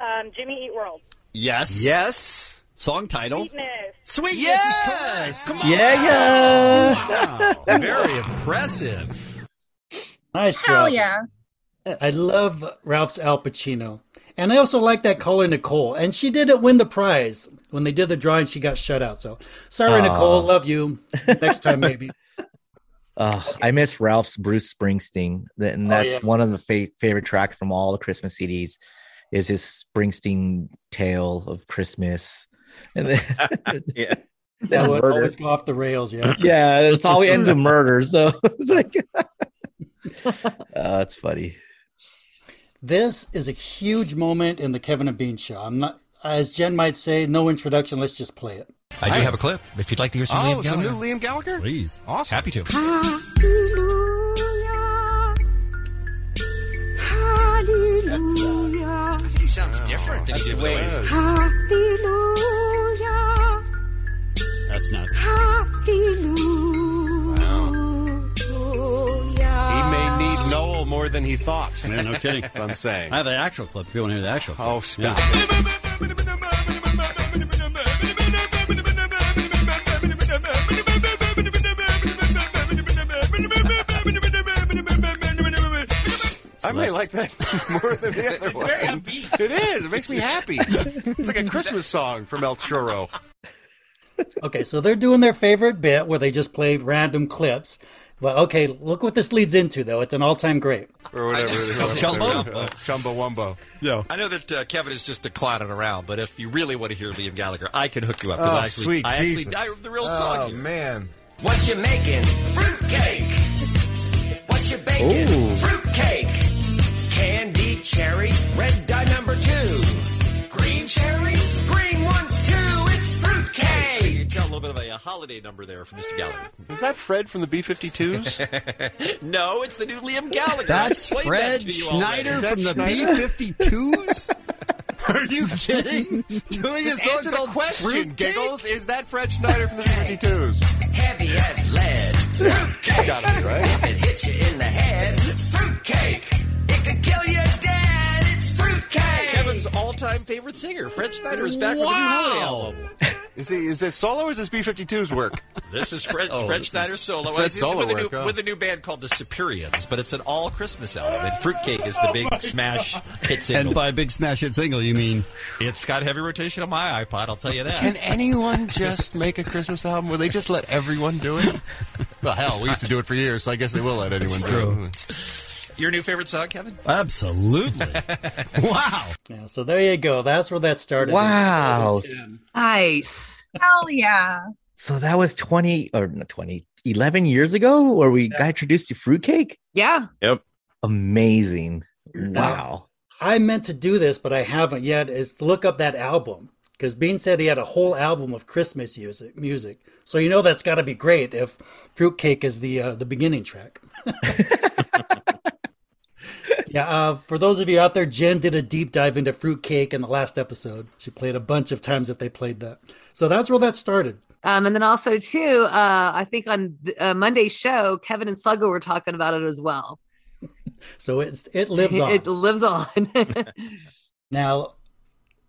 [SPEAKER 24] Um, Jimmy Eat World.
[SPEAKER 6] Yes. Yes. Song title.
[SPEAKER 24] Sweetness.
[SPEAKER 6] Sweetness is correct. Come on.
[SPEAKER 4] Yeah, yeah.
[SPEAKER 6] Wow. Very impressive.
[SPEAKER 9] Nice
[SPEAKER 2] Hell
[SPEAKER 9] job.
[SPEAKER 2] yeah.
[SPEAKER 4] Uh,
[SPEAKER 9] I love Ralph's Al Pacino. And I also like that caller, Nicole. And she didn't win the prize. When they did the drawing, she got shut out. So sorry,
[SPEAKER 4] Aw.
[SPEAKER 9] Nicole. Love you. Next time, maybe.
[SPEAKER 4] Uh, I miss Ralph's Bruce Springsteen, Th- and
[SPEAKER 9] Oh,
[SPEAKER 4] that's
[SPEAKER 9] yeah.
[SPEAKER 4] one of the fa- favorite tracks from all the Christmas CDs. Is his Springsteen tale of Christmas, and then,
[SPEAKER 1] yeah,
[SPEAKER 9] That
[SPEAKER 4] That
[SPEAKER 9] would
[SPEAKER 4] murder.
[SPEAKER 9] always go off the rails. Yeah.
[SPEAKER 4] yeah, it's always ends in murder. So it's like, uh, it's funny.
[SPEAKER 9] This is a huge moment in the Kevin and Bean show. I'm not, as Jen might say, no introduction. Let's just play it.
[SPEAKER 6] I do have a clip. If you'd like to hear some
[SPEAKER 10] Oh,
[SPEAKER 6] Liam
[SPEAKER 10] some
[SPEAKER 6] Gallagher.
[SPEAKER 10] new Liam Gallagher?
[SPEAKER 6] please.
[SPEAKER 10] Awesome.
[SPEAKER 6] Happy to.
[SPEAKER 7] Hallelujah.
[SPEAKER 6] He sounds different than he did
[SPEAKER 7] Hallelujah. Hallelujah.
[SPEAKER 6] That's not.
[SPEAKER 5] He may need Noel more than he thought.
[SPEAKER 6] Man, no kidding.
[SPEAKER 5] That's what I'm saying.
[SPEAKER 6] I have an actual clip if you want to hear the actual clip.
[SPEAKER 5] Oh, stop. I may
[SPEAKER 6] that's-
[SPEAKER 5] like that more than the other one. It is. It makes me happy. It's like a Christmas song from El Churro.
[SPEAKER 9] Okay, so they're doing their favorite bit where they just play random clips. But okay, look what this leads into, though. It's an all time great.
[SPEAKER 5] or whatever.
[SPEAKER 6] Chumbo.
[SPEAKER 5] Chumbo Wumbo.
[SPEAKER 6] Yeah. I know that uh, Kevin is just declining around, but if you really want to hear Liam Gallagher, I can hook you up because
[SPEAKER 5] Oh,
[SPEAKER 6] I actually,
[SPEAKER 5] sweet
[SPEAKER 6] I actually,
[SPEAKER 5] Jesus.
[SPEAKER 6] I, the real
[SPEAKER 5] Oh,
[SPEAKER 6] song. Here.
[SPEAKER 5] man.
[SPEAKER 6] What you making? Fruitcake.
[SPEAKER 7] What you baking?
[SPEAKER 5] Ooh.
[SPEAKER 7] Fruitcake. Candy cherries, red dye number two. Green cherries, green ones too. It's
[SPEAKER 6] You
[SPEAKER 7] fruitcake.
[SPEAKER 6] can tell a little bit of a, uh, holiday number there from Mr. Gallagher.
[SPEAKER 5] Is that Fred from the B 52s?
[SPEAKER 6] no, it's the new Liam Gallagher.
[SPEAKER 5] That's
[SPEAKER 6] I played
[SPEAKER 5] Fred
[SPEAKER 6] that to you
[SPEAKER 5] Schneider
[SPEAKER 6] already.
[SPEAKER 5] from the
[SPEAKER 6] Schneider?
[SPEAKER 5] 52s?
[SPEAKER 6] Are you kidding? Doing a
[SPEAKER 5] Just
[SPEAKER 6] song
[SPEAKER 5] answer the
[SPEAKER 6] called
[SPEAKER 5] question,
[SPEAKER 6] Fruitcake?
[SPEAKER 5] Giggles. Is that Fred Schneider from the B 52s?
[SPEAKER 7] Heavy as lead. Fruitcake.
[SPEAKER 5] Gotta be, right?
[SPEAKER 7] If it hits you in the head, fruitcake. It could kill you dead. It's fruitcake.
[SPEAKER 6] Kevin's all-time favorite singer, Fred Schneider, is back with a new
[SPEAKER 5] Wow.
[SPEAKER 6] holiday album.
[SPEAKER 5] Is, he, is this solo or is this B 52s work?
[SPEAKER 6] This is Fred,
[SPEAKER 5] Oh,
[SPEAKER 6] Fred
[SPEAKER 5] this
[SPEAKER 6] Schneider
[SPEAKER 5] is
[SPEAKER 6] solo,
[SPEAKER 5] Fred
[SPEAKER 6] It's
[SPEAKER 5] solo
[SPEAKER 6] with, a new,
[SPEAKER 5] work, huh?
[SPEAKER 6] with a new band called the Superiors, but it's an all Christmas album, and Fruitcake is the big smash hit single. And by
[SPEAKER 8] big smash hit single, you mean
[SPEAKER 6] It's got heavy rotation on my iPod, I'll tell you that.
[SPEAKER 5] Can anyone just make a Christmas album? Will they just let everyone do it? Well, hell, we used to do it for years, so I guess they will let anyone
[SPEAKER 6] That's
[SPEAKER 5] do
[SPEAKER 6] true.
[SPEAKER 5] it.
[SPEAKER 6] Your new favorite song, Kevin?
[SPEAKER 8] Absolutely. wow.
[SPEAKER 9] Yeah, so there you go. That's where that started.
[SPEAKER 4] Wow.
[SPEAKER 3] Nice.
[SPEAKER 2] Hell yeah.
[SPEAKER 4] So that was twenty or not twenty. 11 years ago where we got introduced to fruitcake
[SPEAKER 3] Yeah.
[SPEAKER 1] Yep.
[SPEAKER 4] amazing wow
[SPEAKER 9] I meant to do this, but I haven't yet, is to look up that album. Because Bean said he had a whole album of Christmas music. music. So you know that's got to be great if Fruitcake is the uh, the beginning track. yeah, uh, for those of you out there, Jen did a deep dive into Fruitcake in the last episode. She played a bunch of times that they played that. So that's where that started.
[SPEAKER 3] Um, and then also too, uh, I think on th- uh, Monday's show, Kevin and Sluggo were talking about it as well.
[SPEAKER 9] So it's, it lives on.
[SPEAKER 3] It lives on.
[SPEAKER 9] Now,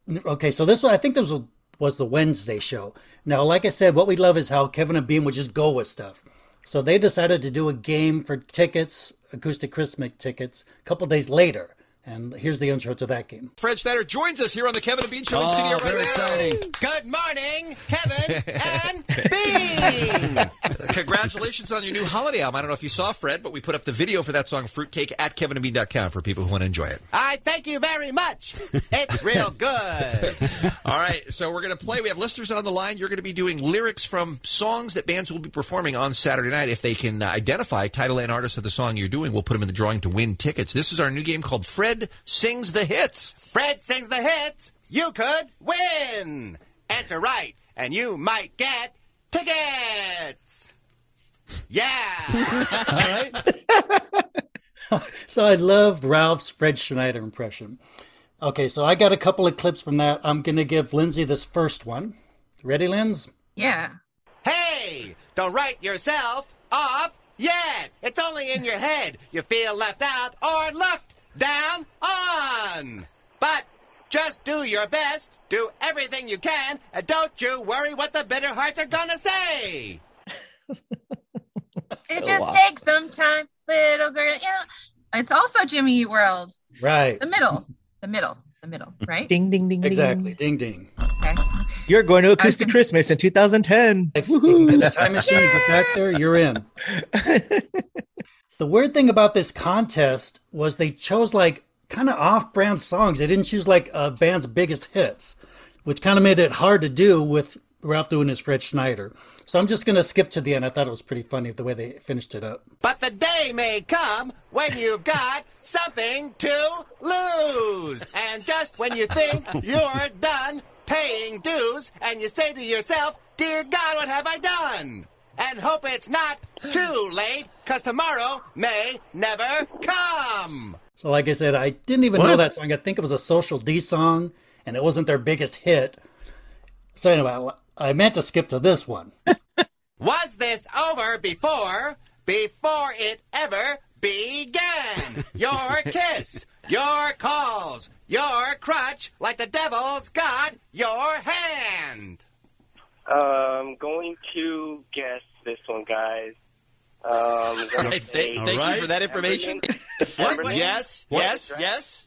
[SPEAKER 9] n- okay, so this one, I think this was, was the Wednesday show. Now, like I said, what we love is how Kevin and Bean would just go with stuff. So they decided to do a game for tickets, acoustic Christmas tickets, a couple days later. And here's the intro to that game.
[SPEAKER 6] Fred Schneider joins us here on the Kevin and Bean Show in
[SPEAKER 9] Oh,
[SPEAKER 6] studio
[SPEAKER 9] very
[SPEAKER 6] right
[SPEAKER 9] exciting.
[SPEAKER 25] Good morning, Kevin and
[SPEAKER 6] Bean. Congratulations on your new holiday album. I don't know if you saw Fred, but we put up the video for that song Fruitcake at kevinandbean.com for people who want to enjoy it.
[SPEAKER 25] I thank you very much. It's real good.
[SPEAKER 6] All right, so we're going to play. We have listeners on the line. You're going to be doing lyrics from songs that bands will be performing on Saturday night. If they can uh, identify title and artist of the song you're doing, we'll put them in the drawing to win tickets. This is our new game called Fred Sings the Hits.
[SPEAKER 25] Fred sings the hits. You could win. Answer right, and you might get tickets. Yeah.
[SPEAKER 9] All right. so I loved Ralph's Fred Schneider impression. Okay, so I got a couple of clips from that. I'm going to give Lindsay this first one. Ready, Linz?
[SPEAKER 2] Yeah.
[SPEAKER 25] Hey, don't write yourself off yet. It's only in your head. You feel left out or left down on. But just do your best. Do everything you can. And don't you worry what the bitter hearts are going to say.
[SPEAKER 2] It
[SPEAKER 25] So
[SPEAKER 2] just
[SPEAKER 25] awesome.
[SPEAKER 2] takes some time, little girl. You know, it's also Jimmy Eat World.
[SPEAKER 9] Right.
[SPEAKER 2] The middle. The middle. The middle. Right?
[SPEAKER 4] Ding, ding, ding,
[SPEAKER 9] Exactly. Ding, ding.
[SPEAKER 4] You're going to Acoustic Christmas in 2010.
[SPEAKER 9] The time machine is back there. You're in. the weird thing about this contest was they chose like kind of off-brand songs. They didn't choose like a band's biggest hits, which kind of made it hard to do with Ralph doing his Fred Schneider. So I'm just gonna skip to the end. I thought it was pretty funny the way they finished it up.
[SPEAKER 25] But the day may come when you've got something to lose. And just when you think you're done paying dues and you say to yourself, Dear God, what have I done? And hope it's not too late, because tomorrow may never come.
[SPEAKER 9] So like I said, I didn't even know
[SPEAKER 25] What?
[SPEAKER 9] that song. I think it was a Social D song, and it wasn't their biggest hit. So anyway, I I meant to skip to this one.
[SPEAKER 25] Was this over before, before it ever began? Your kiss, your calls, your crutch, like the devil's got your hand.
[SPEAKER 7] Uh,
[SPEAKER 16] I'm going to guess this one, guys. Um,
[SPEAKER 25] All right, thank- thank you All right. for that information.
[SPEAKER 16] What?
[SPEAKER 25] Yes, yes,
[SPEAKER 6] yes.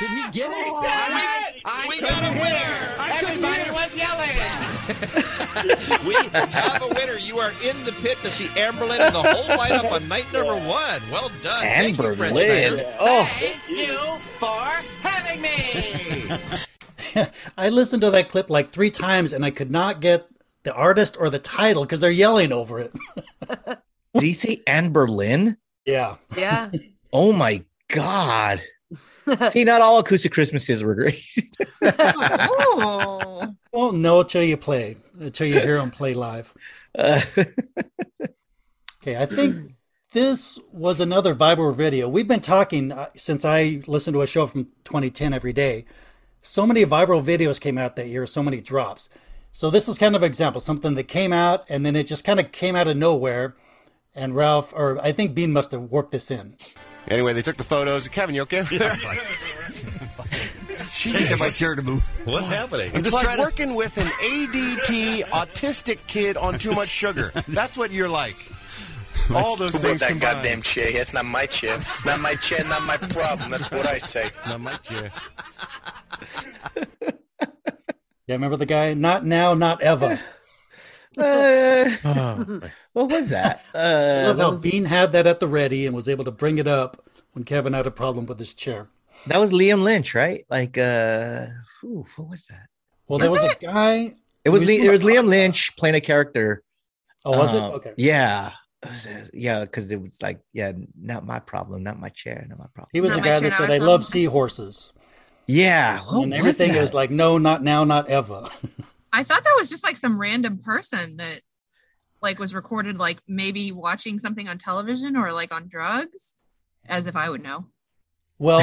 [SPEAKER 25] Did he get it?
[SPEAKER 6] we got a winner.
[SPEAKER 25] Everybody was yelling.
[SPEAKER 6] we have a winner. You are in the pit to see Amberlynn and the whole lineup on night number one. Well done. Thank you, Fred Schneider.
[SPEAKER 25] Thank you for having me.
[SPEAKER 9] I listened to that clip like three times, and I could not get the artist or the title because they're yelling over it.
[SPEAKER 4] Did he say Anne Berlin?
[SPEAKER 9] Yeah.
[SPEAKER 3] Yeah.
[SPEAKER 4] Oh my God. See, not all acoustic Christmases were great.
[SPEAKER 2] Ooh.
[SPEAKER 9] Well, no, till you play, until you hear them play live. okay, I think this was another viral video. We've been talking uh, since I listened to a show from 2010 every day. So many viral videos came out that year, so many drops. So this is kind of an example, something that came out and then it just kind of came out of nowhere. And Ralph, or I think Bean must have worked this in.
[SPEAKER 5] Anyway, they took the photos. Kevin, you okay?
[SPEAKER 25] Jeez.
[SPEAKER 5] my chair to move.
[SPEAKER 6] What's happening?
[SPEAKER 5] I'm
[SPEAKER 25] It's
[SPEAKER 5] just
[SPEAKER 25] like
[SPEAKER 5] trying to.
[SPEAKER 25] working with an ADT autistic kid on too much sugar. That's what you're like. All those
[SPEAKER 5] What
[SPEAKER 25] things
[SPEAKER 5] that
[SPEAKER 25] combined.
[SPEAKER 5] goddamn
[SPEAKER 25] chair. It's not my chair. Not my chair. Not my problem. That's what I say. Not my chair.
[SPEAKER 9] Yeah, remember the guy? Not now, not ever. Oh,
[SPEAKER 4] Uh, what was that? Uh,
[SPEAKER 9] I love
[SPEAKER 4] that
[SPEAKER 9] how
[SPEAKER 4] was-
[SPEAKER 9] Bean had that at the ready and was able to bring it up when Kevin had a problem with his chair.
[SPEAKER 4] That was Liam Lynch, right? Like, uh, whew, what was that?
[SPEAKER 9] Well, there was a guy.
[SPEAKER 4] It was
[SPEAKER 9] Who's
[SPEAKER 4] Lee,
[SPEAKER 9] doing
[SPEAKER 4] it was Liam Lynch playing a character.
[SPEAKER 9] Oh, was it?
[SPEAKER 4] Um,
[SPEAKER 9] Okay.
[SPEAKER 4] Yeah. It was, uh, Yeah, because it was like, yeah, not my problem, not my chair, not my problem.
[SPEAKER 9] He was the guy that said, "I love seahorses."
[SPEAKER 4] Yeah, what
[SPEAKER 9] and
[SPEAKER 4] was
[SPEAKER 9] everything
[SPEAKER 4] that?
[SPEAKER 9] is like, "No, not now, not ever."
[SPEAKER 2] I thought that was just like some random person that like was recorded like maybe watching something on television or like on drugs. As if I would know.
[SPEAKER 9] Well,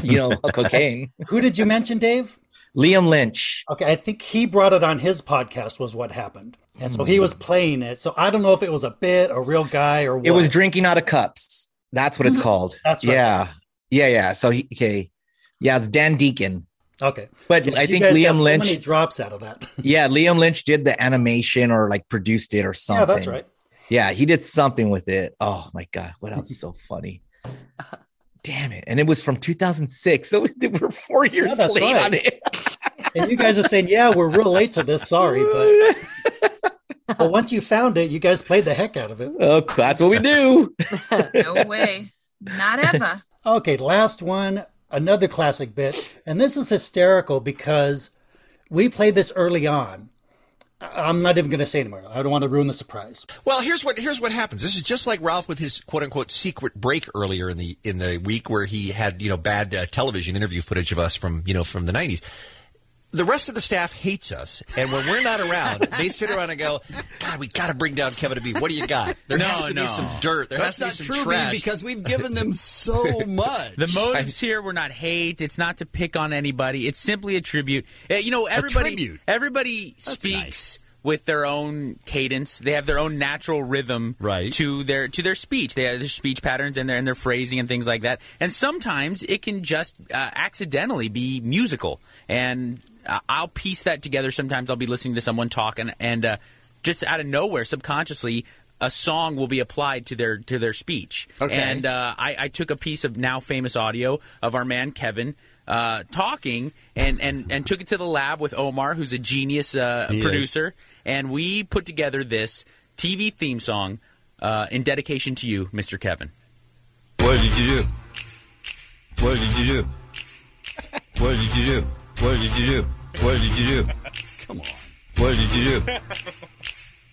[SPEAKER 4] you know, cocaine.
[SPEAKER 9] Who did you mention, Dave?
[SPEAKER 4] Liam Lynch.
[SPEAKER 9] Okay, I think he brought it on his podcast. Was what happened, and so he was playing it. So I don't know if it was a bit, a real guy, or what.
[SPEAKER 4] Hmm. It was drinking out of cups. That's what it's
[SPEAKER 9] Mhm.
[SPEAKER 4] called.
[SPEAKER 9] That's right.
[SPEAKER 4] Yeah. Yeah, yeah. So he okay. Yeah, it's Dan Deacon.
[SPEAKER 9] Okay,
[SPEAKER 4] But
[SPEAKER 9] Yeah,
[SPEAKER 4] I
[SPEAKER 9] you
[SPEAKER 4] think
[SPEAKER 9] guys got
[SPEAKER 4] Liam
[SPEAKER 9] so
[SPEAKER 4] Lynch
[SPEAKER 9] many drops out of that.
[SPEAKER 4] Yeah, Liam Lynch did the animation or like produced it or something.
[SPEAKER 9] Yeah, that's right.
[SPEAKER 4] Yeah, he did something with it. Oh my god, what else is so funny? damn it. And it was from 2006. So we're four years
[SPEAKER 9] that's
[SPEAKER 4] late
[SPEAKER 9] right.
[SPEAKER 4] on it.
[SPEAKER 9] And you guys are saying, yeah, we're real late to this. Sorry, but. But once you found it, you guys played the heck out of it.
[SPEAKER 4] Oh, that's what we do.
[SPEAKER 2] No way. Not ever.
[SPEAKER 9] Okay, last one, another classic bit. And this is hysterical because we played this early on. I- I'm not even going to say anymore. I don't want to ruin the surprise.
[SPEAKER 10] Well, here's what here's what happens. This is just like Ralph with his quote unquote secret break earlier in the in the week where he had you know bad uh, television interview footage of us from you know from the 90s. The rest of the staff hates us, and when we're not around, they sit around and go, "God, we got to bring down Kevin and me. What do you got? There
[SPEAKER 8] No,
[SPEAKER 10] has to
[SPEAKER 8] no.
[SPEAKER 10] be some dirt. There
[SPEAKER 8] That's
[SPEAKER 10] has to be
[SPEAKER 8] not
[SPEAKER 10] some
[SPEAKER 8] true,
[SPEAKER 10] trash
[SPEAKER 8] Bea, because we've given them so much.
[SPEAKER 26] The motives here were not hate. It's not to pick on anybody. It's simply a tribute. Uh, You know, everybody
[SPEAKER 8] tribute.
[SPEAKER 26] everybody speaks with their own cadence. They have their own natural rhythm right. to their to their speech. They have their speech patterns and their and their phrasing and things like that. And sometimes it can just uh, accidentally be musical. And uh, I'll piece that together. Sometimes I'll be listening to someone talk and and uh, just out of nowhere, subconsciously. A song will be applied to their to their speech,
[SPEAKER 10] Okay.
[SPEAKER 26] and uh, I, I took a piece of now famous audio of our man Kevin uh, talking and, and, and took it to the lab with Omar, who's a genius uh,
[SPEAKER 8] He is.
[SPEAKER 26] producer. And we put together this TV theme song uh, in dedication to you, Mr. Kevin.
[SPEAKER 13] What did you do? What did you do? What did you do? What did you do? What did you do? Come on. What did you do?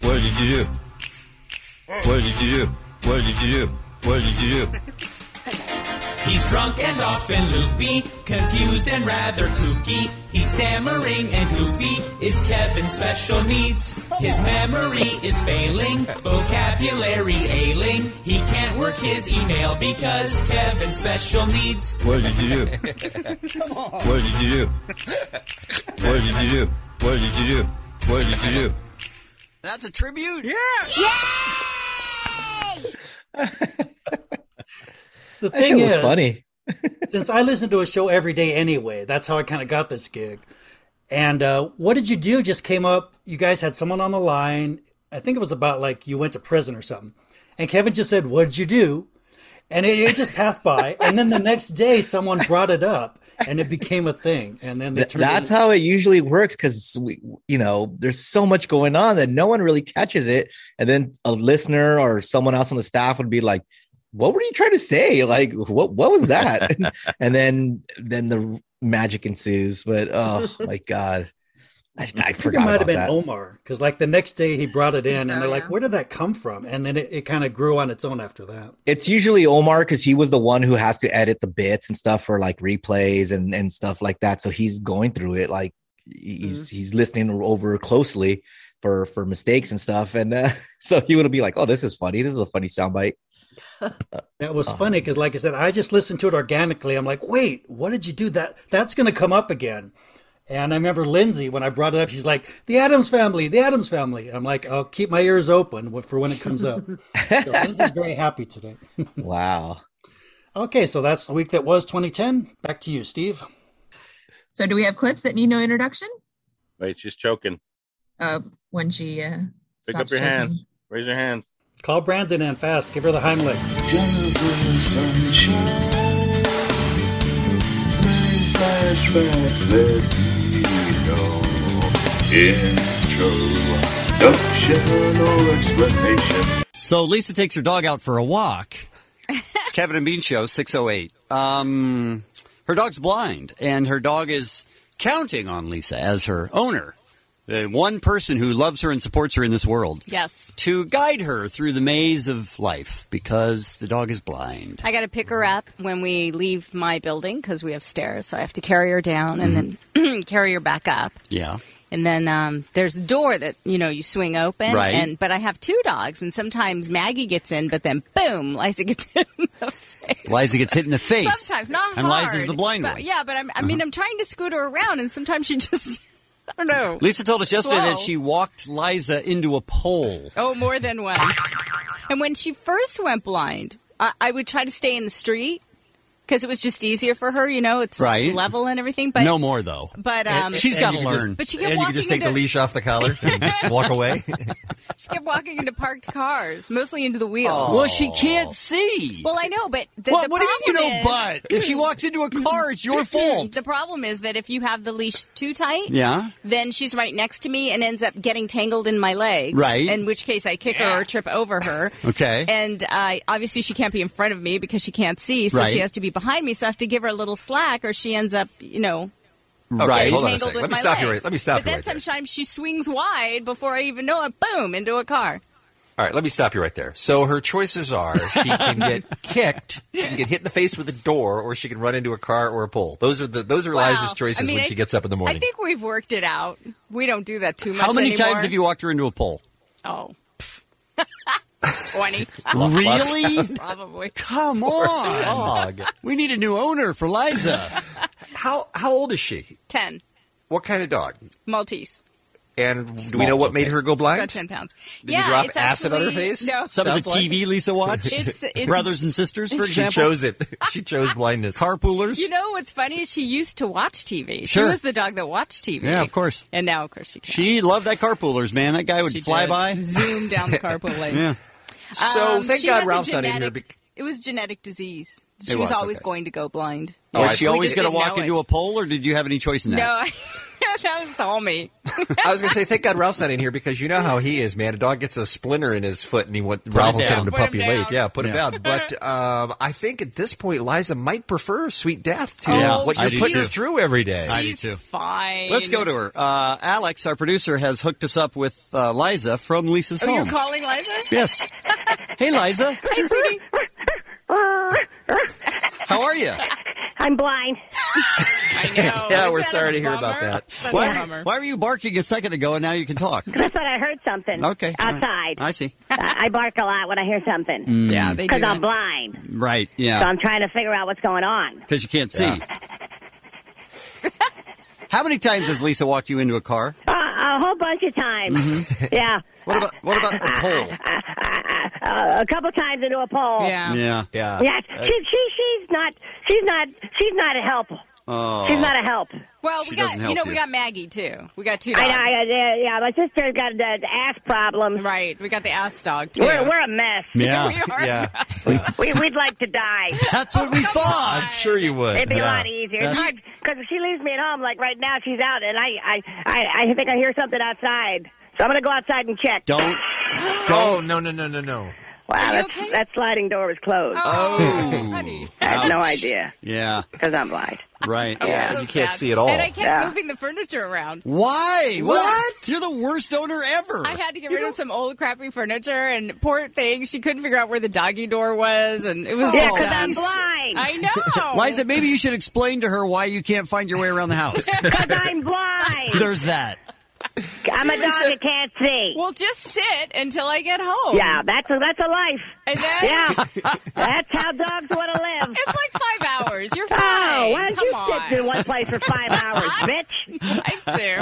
[SPEAKER 13] What did you do? What did you do? What did you do? What did you do?
[SPEAKER 14] He's drunk and often loopy, confused and rather kooky. He's stammering and goofy, is Kevin's special needs. His memory is failing, vocabulary's ailing. He can't work his email because Kevin's special needs.
[SPEAKER 13] What did you do? What did you do? What did you do? What did you do? What did you do?
[SPEAKER 8] That's a tribute. Yeah.
[SPEAKER 9] The
[SPEAKER 4] That shit
[SPEAKER 9] thing
[SPEAKER 4] was
[SPEAKER 9] is,
[SPEAKER 4] funny.
[SPEAKER 9] since I listen to a show every day anyway, that's how I kind of got this gig. And uh, what did you do? Just came up. You guys had someone on the line. I think it was about like you went to prison or something. And Kevin just said, "What did you do?" And it, it just passed by. And then the next day, someone brought it up, and it became a thing. And then they
[SPEAKER 4] Th-
[SPEAKER 9] turned it
[SPEAKER 4] that's how it usually works because we you know there's so much going on that no one really catches it and then a listener or someone else on the staff would be like what were you trying to say like what what was that and then then the magic ensues but oh my god i, I
[SPEAKER 9] I think it
[SPEAKER 4] forgot
[SPEAKER 9] might
[SPEAKER 4] about
[SPEAKER 9] have been
[SPEAKER 4] that
[SPEAKER 9] Omar because, like, the next day he brought it in, and
[SPEAKER 2] so,
[SPEAKER 9] they're like, "Where did that come from?" And then it, it kind of grew on its own after that.
[SPEAKER 4] it's usually Omar because he was the one who has to edit the bits and stuff for like replays and and stuff like that. So he's going through it like he- he's he's listening over closely for for mistakes and stuff. And uh, so he would be like, "Oh, this is funny. This is a funny soundbite."
[SPEAKER 9] That was funny because, like I said, I just listened to it organically. I'm like, "Wait, what did you do? That that's going to come up again." And I remember Lindsay when I brought it up, she's like, "The Adams Family, the Adams Family." I'm like, "I'll keep my ears open for when it comes up." so Lindsay's very happy today.
[SPEAKER 4] Wow.
[SPEAKER 9] Okay, so that's the week that was 2010. Back to you, Steve.
[SPEAKER 2] So do we have clips that need no introduction?
[SPEAKER 1] Wait, she's choking.
[SPEAKER 2] Uh, when she uh,
[SPEAKER 1] Pick
[SPEAKER 2] stops
[SPEAKER 1] up your
[SPEAKER 2] choking.
[SPEAKER 1] hands. Raise your hands.
[SPEAKER 9] Call Brandon and fast. Give her the Heimlich.
[SPEAKER 7] flashbacks that need no introduction or explanation.
[SPEAKER 8] So Lisa takes her dog out for a walk. Kevin and Bean Show 608. Um, her dog's blind, and her dog is counting on Lisa as her owner, the one person who loves her and supports her in this world,
[SPEAKER 15] Yes.
[SPEAKER 8] to guide her through the maze of life because the dog is blind.
[SPEAKER 15] I got to pick her up when we leave my building because we have stairs. So I have to carry her down and then carry her back up.
[SPEAKER 8] Yeah.
[SPEAKER 15] And then um, there's the door that you know you swing open,
[SPEAKER 8] Right.
[SPEAKER 15] and but I have two dogs, and sometimes Maggie gets in, but then boom, Liza gets in.
[SPEAKER 8] Liza gets hit in the face.
[SPEAKER 15] Sometimes not
[SPEAKER 8] And
[SPEAKER 15] hard.
[SPEAKER 8] Liza's the blind
[SPEAKER 15] but,
[SPEAKER 8] one. Uh-huh.
[SPEAKER 15] Yeah, but I'm, I mean, I'm trying to scoot her around, and sometimes she just I don't know.
[SPEAKER 8] Lisa told us yesterday that
[SPEAKER 15] Slow.
[SPEAKER 8] she walked Liza into a pole.
[SPEAKER 15] Oh, more than once. And when she first went blind, I, I would try to stay in the street because it was just easier for her. You know, it's
[SPEAKER 8] Right.
[SPEAKER 15] level and everything. But
[SPEAKER 8] no more though.
[SPEAKER 15] But um,
[SPEAKER 8] she's got to learn.
[SPEAKER 15] But she kept
[SPEAKER 8] and
[SPEAKER 15] walking
[SPEAKER 8] you can just take
[SPEAKER 15] into,
[SPEAKER 8] the leash off the collar and just walk away.
[SPEAKER 15] She kept walking into parked cars, mostly into the wheels.
[SPEAKER 8] Well, she can't see.
[SPEAKER 15] Well, I know, but the,
[SPEAKER 8] What-
[SPEAKER 15] the
[SPEAKER 8] what do you mean, you
[SPEAKER 15] problem
[SPEAKER 8] know,
[SPEAKER 15] is,
[SPEAKER 8] but? If she walks into a car, it's your fault.
[SPEAKER 15] The problem is that if you have the leash too tight,
[SPEAKER 8] Yeah.
[SPEAKER 15] then she's right next to me and ends up getting tangled in my legs,
[SPEAKER 8] Right.
[SPEAKER 15] In which case, I kick her or trip over her.
[SPEAKER 8] Okay.
[SPEAKER 15] and uh, obviously she can't be in front of me because she can't see, so
[SPEAKER 8] Right.
[SPEAKER 15] she has to be behind me. So I have to give her a little slack, or she ends up, you know.
[SPEAKER 8] Okay,
[SPEAKER 15] getting
[SPEAKER 8] hold on a
[SPEAKER 15] tangled
[SPEAKER 8] sec.
[SPEAKER 15] with
[SPEAKER 8] Let me
[SPEAKER 15] my
[SPEAKER 8] stop you
[SPEAKER 15] legs.
[SPEAKER 8] right- let me stop
[SPEAKER 15] But
[SPEAKER 8] you
[SPEAKER 15] then
[SPEAKER 8] right there.
[SPEAKER 15] sometimes she swings wide before I even know it. Boom! Into a car.
[SPEAKER 8] All right, let me stop you right there. So her choices are she can get kicked, she can get hit in the face with a door, or she can run into a car or a pole. Those are the those are Liza's
[SPEAKER 15] Wow.
[SPEAKER 8] choices
[SPEAKER 15] I mean,
[SPEAKER 8] when
[SPEAKER 15] I-
[SPEAKER 8] she gets up in the morning.
[SPEAKER 15] I think we've worked it out. We don't do that too much.
[SPEAKER 8] How many
[SPEAKER 15] anymore.
[SPEAKER 8] times have you walked her into a pole?
[SPEAKER 15] Oh. 20.
[SPEAKER 8] Lost- lost
[SPEAKER 15] really?
[SPEAKER 8] count.
[SPEAKER 15] Probably.
[SPEAKER 8] Come on, dog. We need a new owner for Liza. how how old is she?
[SPEAKER 15] 10.
[SPEAKER 8] What kind of dog?
[SPEAKER 15] Maltese.
[SPEAKER 8] And do
[SPEAKER 10] Small,
[SPEAKER 8] we know what made
[SPEAKER 10] okay.
[SPEAKER 8] her go
[SPEAKER 15] About
[SPEAKER 8] blind?
[SPEAKER 15] 10 pounds.
[SPEAKER 8] Did
[SPEAKER 15] yeah,
[SPEAKER 8] you drop
[SPEAKER 15] it's
[SPEAKER 8] acid on her
[SPEAKER 15] actually-
[SPEAKER 8] face?
[SPEAKER 15] No.
[SPEAKER 8] Some of the
[SPEAKER 10] TV
[SPEAKER 8] Lisa watched?
[SPEAKER 15] It's- it's-
[SPEAKER 8] Brothers and sisters, for
[SPEAKER 15] She
[SPEAKER 8] example?
[SPEAKER 15] chose
[SPEAKER 8] it. She chose blindness. Carpoolers?
[SPEAKER 15] You know what's funny? is She used to watch
[SPEAKER 8] Sure.
[SPEAKER 15] TV. She was the dog that watched TV.
[SPEAKER 8] Yeah, of course.
[SPEAKER 15] And now, of course, she can.
[SPEAKER 8] She loved that carpoolers, man. That guy would fly
[SPEAKER 15] did.
[SPEAKER 8] by.
[SPEAKER 15] Zoom down the carpool lane.
[SPEAKER 8] Yeah. So
[SPEAKER 15] Um,
[SPEAKER 8] thank
[SPEAKER 15] she
[SPEAKER 8] God
[SPEAKER 15] has a
[SPEAKER 8] Ralph's not in here.
[SPEAKER 15] genetic-
[SPEAKER 8] bec-
[SPEAKER 15] It was genetic disease. She
[SPEAKER 8] It
[SPEAKER 15] was,
[SPEAKER 8] was,
[SPEAKER 15] always
[SPEAKER 8] okay.
[SPEAKER 15] going to go blind.
[SPEAKER 8] Oh,
[SPEAKER 15] Yeah,
[SPEAKER 8] is she
[SPEAKER 15] we
[SPEAKER 8] always
[SPEAKER 15] just
[SPEAKER 8] going to
[SPEAKER 15] didn't
[SPEAKER 8] walk
[SPEAKER 15] know
[SPEAKER 8] into
[SPEAKER 15] it.
[SPEAKER 8] a pole, or did you have any choice in that?
[SPEAKER 15] No, that was all me.
[SPEAKER 10] I was going to say, thank God Ralph's not in here because you know how he is, man. A dog gets a splinter in his foot and he went, Ralph will send
[SPEAKER 8] down.
[SPEAKER 10] him to
[SPEAKER 8] Put him
[SPEAKER 10] Puppy
[SPEAKER 8] down.
[SPEAKER 10] Lake. Yeah, put
[SPEAKER 8] Yeah.
[SPEAKER 10] him down. But um, I think at this point, Liza might prefer Sweet Death to
[SPEAKER 15] Oh,
[SPEAKER 8] Yeah,
[SPEAKER 10] what
[SPEAKER 8] I
[SPEAKER 10] you're
[SPEAKER 8] do
[SPEAKER 10] putting
[SPEAKER 8] too.
[SPEAKER 10] her through every day.
[SPEAKER 8] I do She's too.
[SPEAKER 15] Fine.
[SPEAKER 8] Let's go to her. Uh, Alex, our producer, has hooked us up with uh, Liza from Lisa's
[SPEAKER 15] Oh,
[SPEAKER 8] home.
[SPEAKER 15] you're calling Liza?
[SPEAKER 8] Yes. hey, Liza.
[SPEAKER 15] Hi, sweetie.
[SPEAKER 8] How are you?
[SPEAKER 17] Oh, I'm blind.
[SPEAKER 8] yeah, we're sorry to hear about that.
[SPEAKER 17] Such a
[SPEAKER 8] Why,
[SPEAKER 17] bummer.
[SPEAKER 8] why were you barking a second ago and now you can talk?
[SPEAKER 17] I thought I heard something.
[SPEAKER 8] Okay. all right.
[SPEAKER 17] Outside.
[SPEAKER 8] I see.
[SPEAKER 17] I I bark a lot when I hear something.
[SPEAKER 8] Mm. Yeah, they do
[SPEAKER 17] Because I'm
[SPEAKER 8] that.
[SPEAKER 17] blind.
[SPEAKER 8] Right,
[SPEAKER 17] So
[SPEAKER 8] yeah.
[SPEAKER 17] I'm trying to figure out what's going on. Uh,
[SPEAKER 8] Because you can't see. How many times has Lisa walked you into a car?
[SPEAKER 17] Uh, a whole bunch of times. Yeah.
[SPEAKER 8] Mm-hmm. What about what about a pole?
[SPEAKER 17] Uh, a couple times into a pole.
[SPEAKER 8] Yeah. Yeah.
[SPEAKER 17] Yeah, she, she she's not she's not she's not a help.
[SPEAKER 8] Oh.
[SPEAKER 17] She's not a help.
[SPEAKER 15] Well,
[SPEAKER 17] She
[SPEAKER 15] we got
[SPEAKER 17] doesn't
[SPEAKER 15] you
[SPEAKER 17] help
[SPEAKER 15] know
[SPEAKER 17] you.
[SPEAKER 15] we got Maggie too. We got two. Dogs.
[SPEAKER 17] I, I, yeah, yeah, my sister's got the the ass problem.
[SPEAKER 15] Right, we got the ass dog too.
[SPEAKER 17] We're, we're a mess.
[SPEAKER 8] Yeah.
[SPEAKER 17] we are.
[SPEAKER 8] yeah.
[SPEAKER 17] We, we'd like to die.
[SPEAKER 8] That's what we thought. I'm sure you would.
[SPEAKER 17] It'd be a
[SPEAKER 8] Yeah.
[SPEAKER 17] lot easier.
[SPEAKER 8] Yeah.
[SPEAKER 17] It's hard because she leaves me at home. Like right now, she's out, and I, I, I, I think I hear something outside. So I'm gonna go outside and check.
[SPEAKER 8] Don't.
[SPEAKER 10] Oh, no, no, no, no, no.
[SPEAKER 17] Wow, that's, that sliding door was closed.
[SPEAKER 8] Oh,
[SPEAKER 17] I had no
[SPEAKER 8] Ouch.
[SPEAKER 17] idea
[SPEAKER 8] Yeah.
[SPEAKER 17] Because I'm blind.
[SPEAKER 8] Right.
[SPEAKER 17] Yeah.
[SPEAKER 8] you can't see at all.
[SPEAKER 15] And I kept
[SPEAKER 17] Yeah.
[SPEAKER 15] moving the furniture around.
[SPEAKER 8] Why?
[SPEAKER 15] What?
[SPEAKER 8] You're the worst owner ever.
[SPEAKER 15] I had to get rid of some old crappy furniture, and poor thing, she couldn't figure out where the doggy door was, and it was
[SPEAKER 17] yeah,
[SPEAKER 15] just
[SPEAKER 17] because I'm blind.
[SPEAKER 15] sad. I know.
[SPEAKER 8] Liza, maybe you should explain to her why you can't find your way around the house.
[SPEAKER 17] Because I'm blind.
[SPEAKER 8] There's that.
[SPEAKER 17] I'm a dog that can't see.
[SPEAKER 15] Well, just sit until I get home.
[SPEAKER 17] Yeah, that's a, that's a life.
[SPEAKER 15] Oh. And then,
[SPEAKER 17] yeah, that's how dogs want to live.
[SPEAKER 15] It's like five hours. You're fine.
[SPEAKER 17] Oh, why don't
[SPEAKER 15] Come
[SPEAKER 17] you
[SPEAKER 15] on.
[SPEAKER 17] sit in one place for five hours, bitch?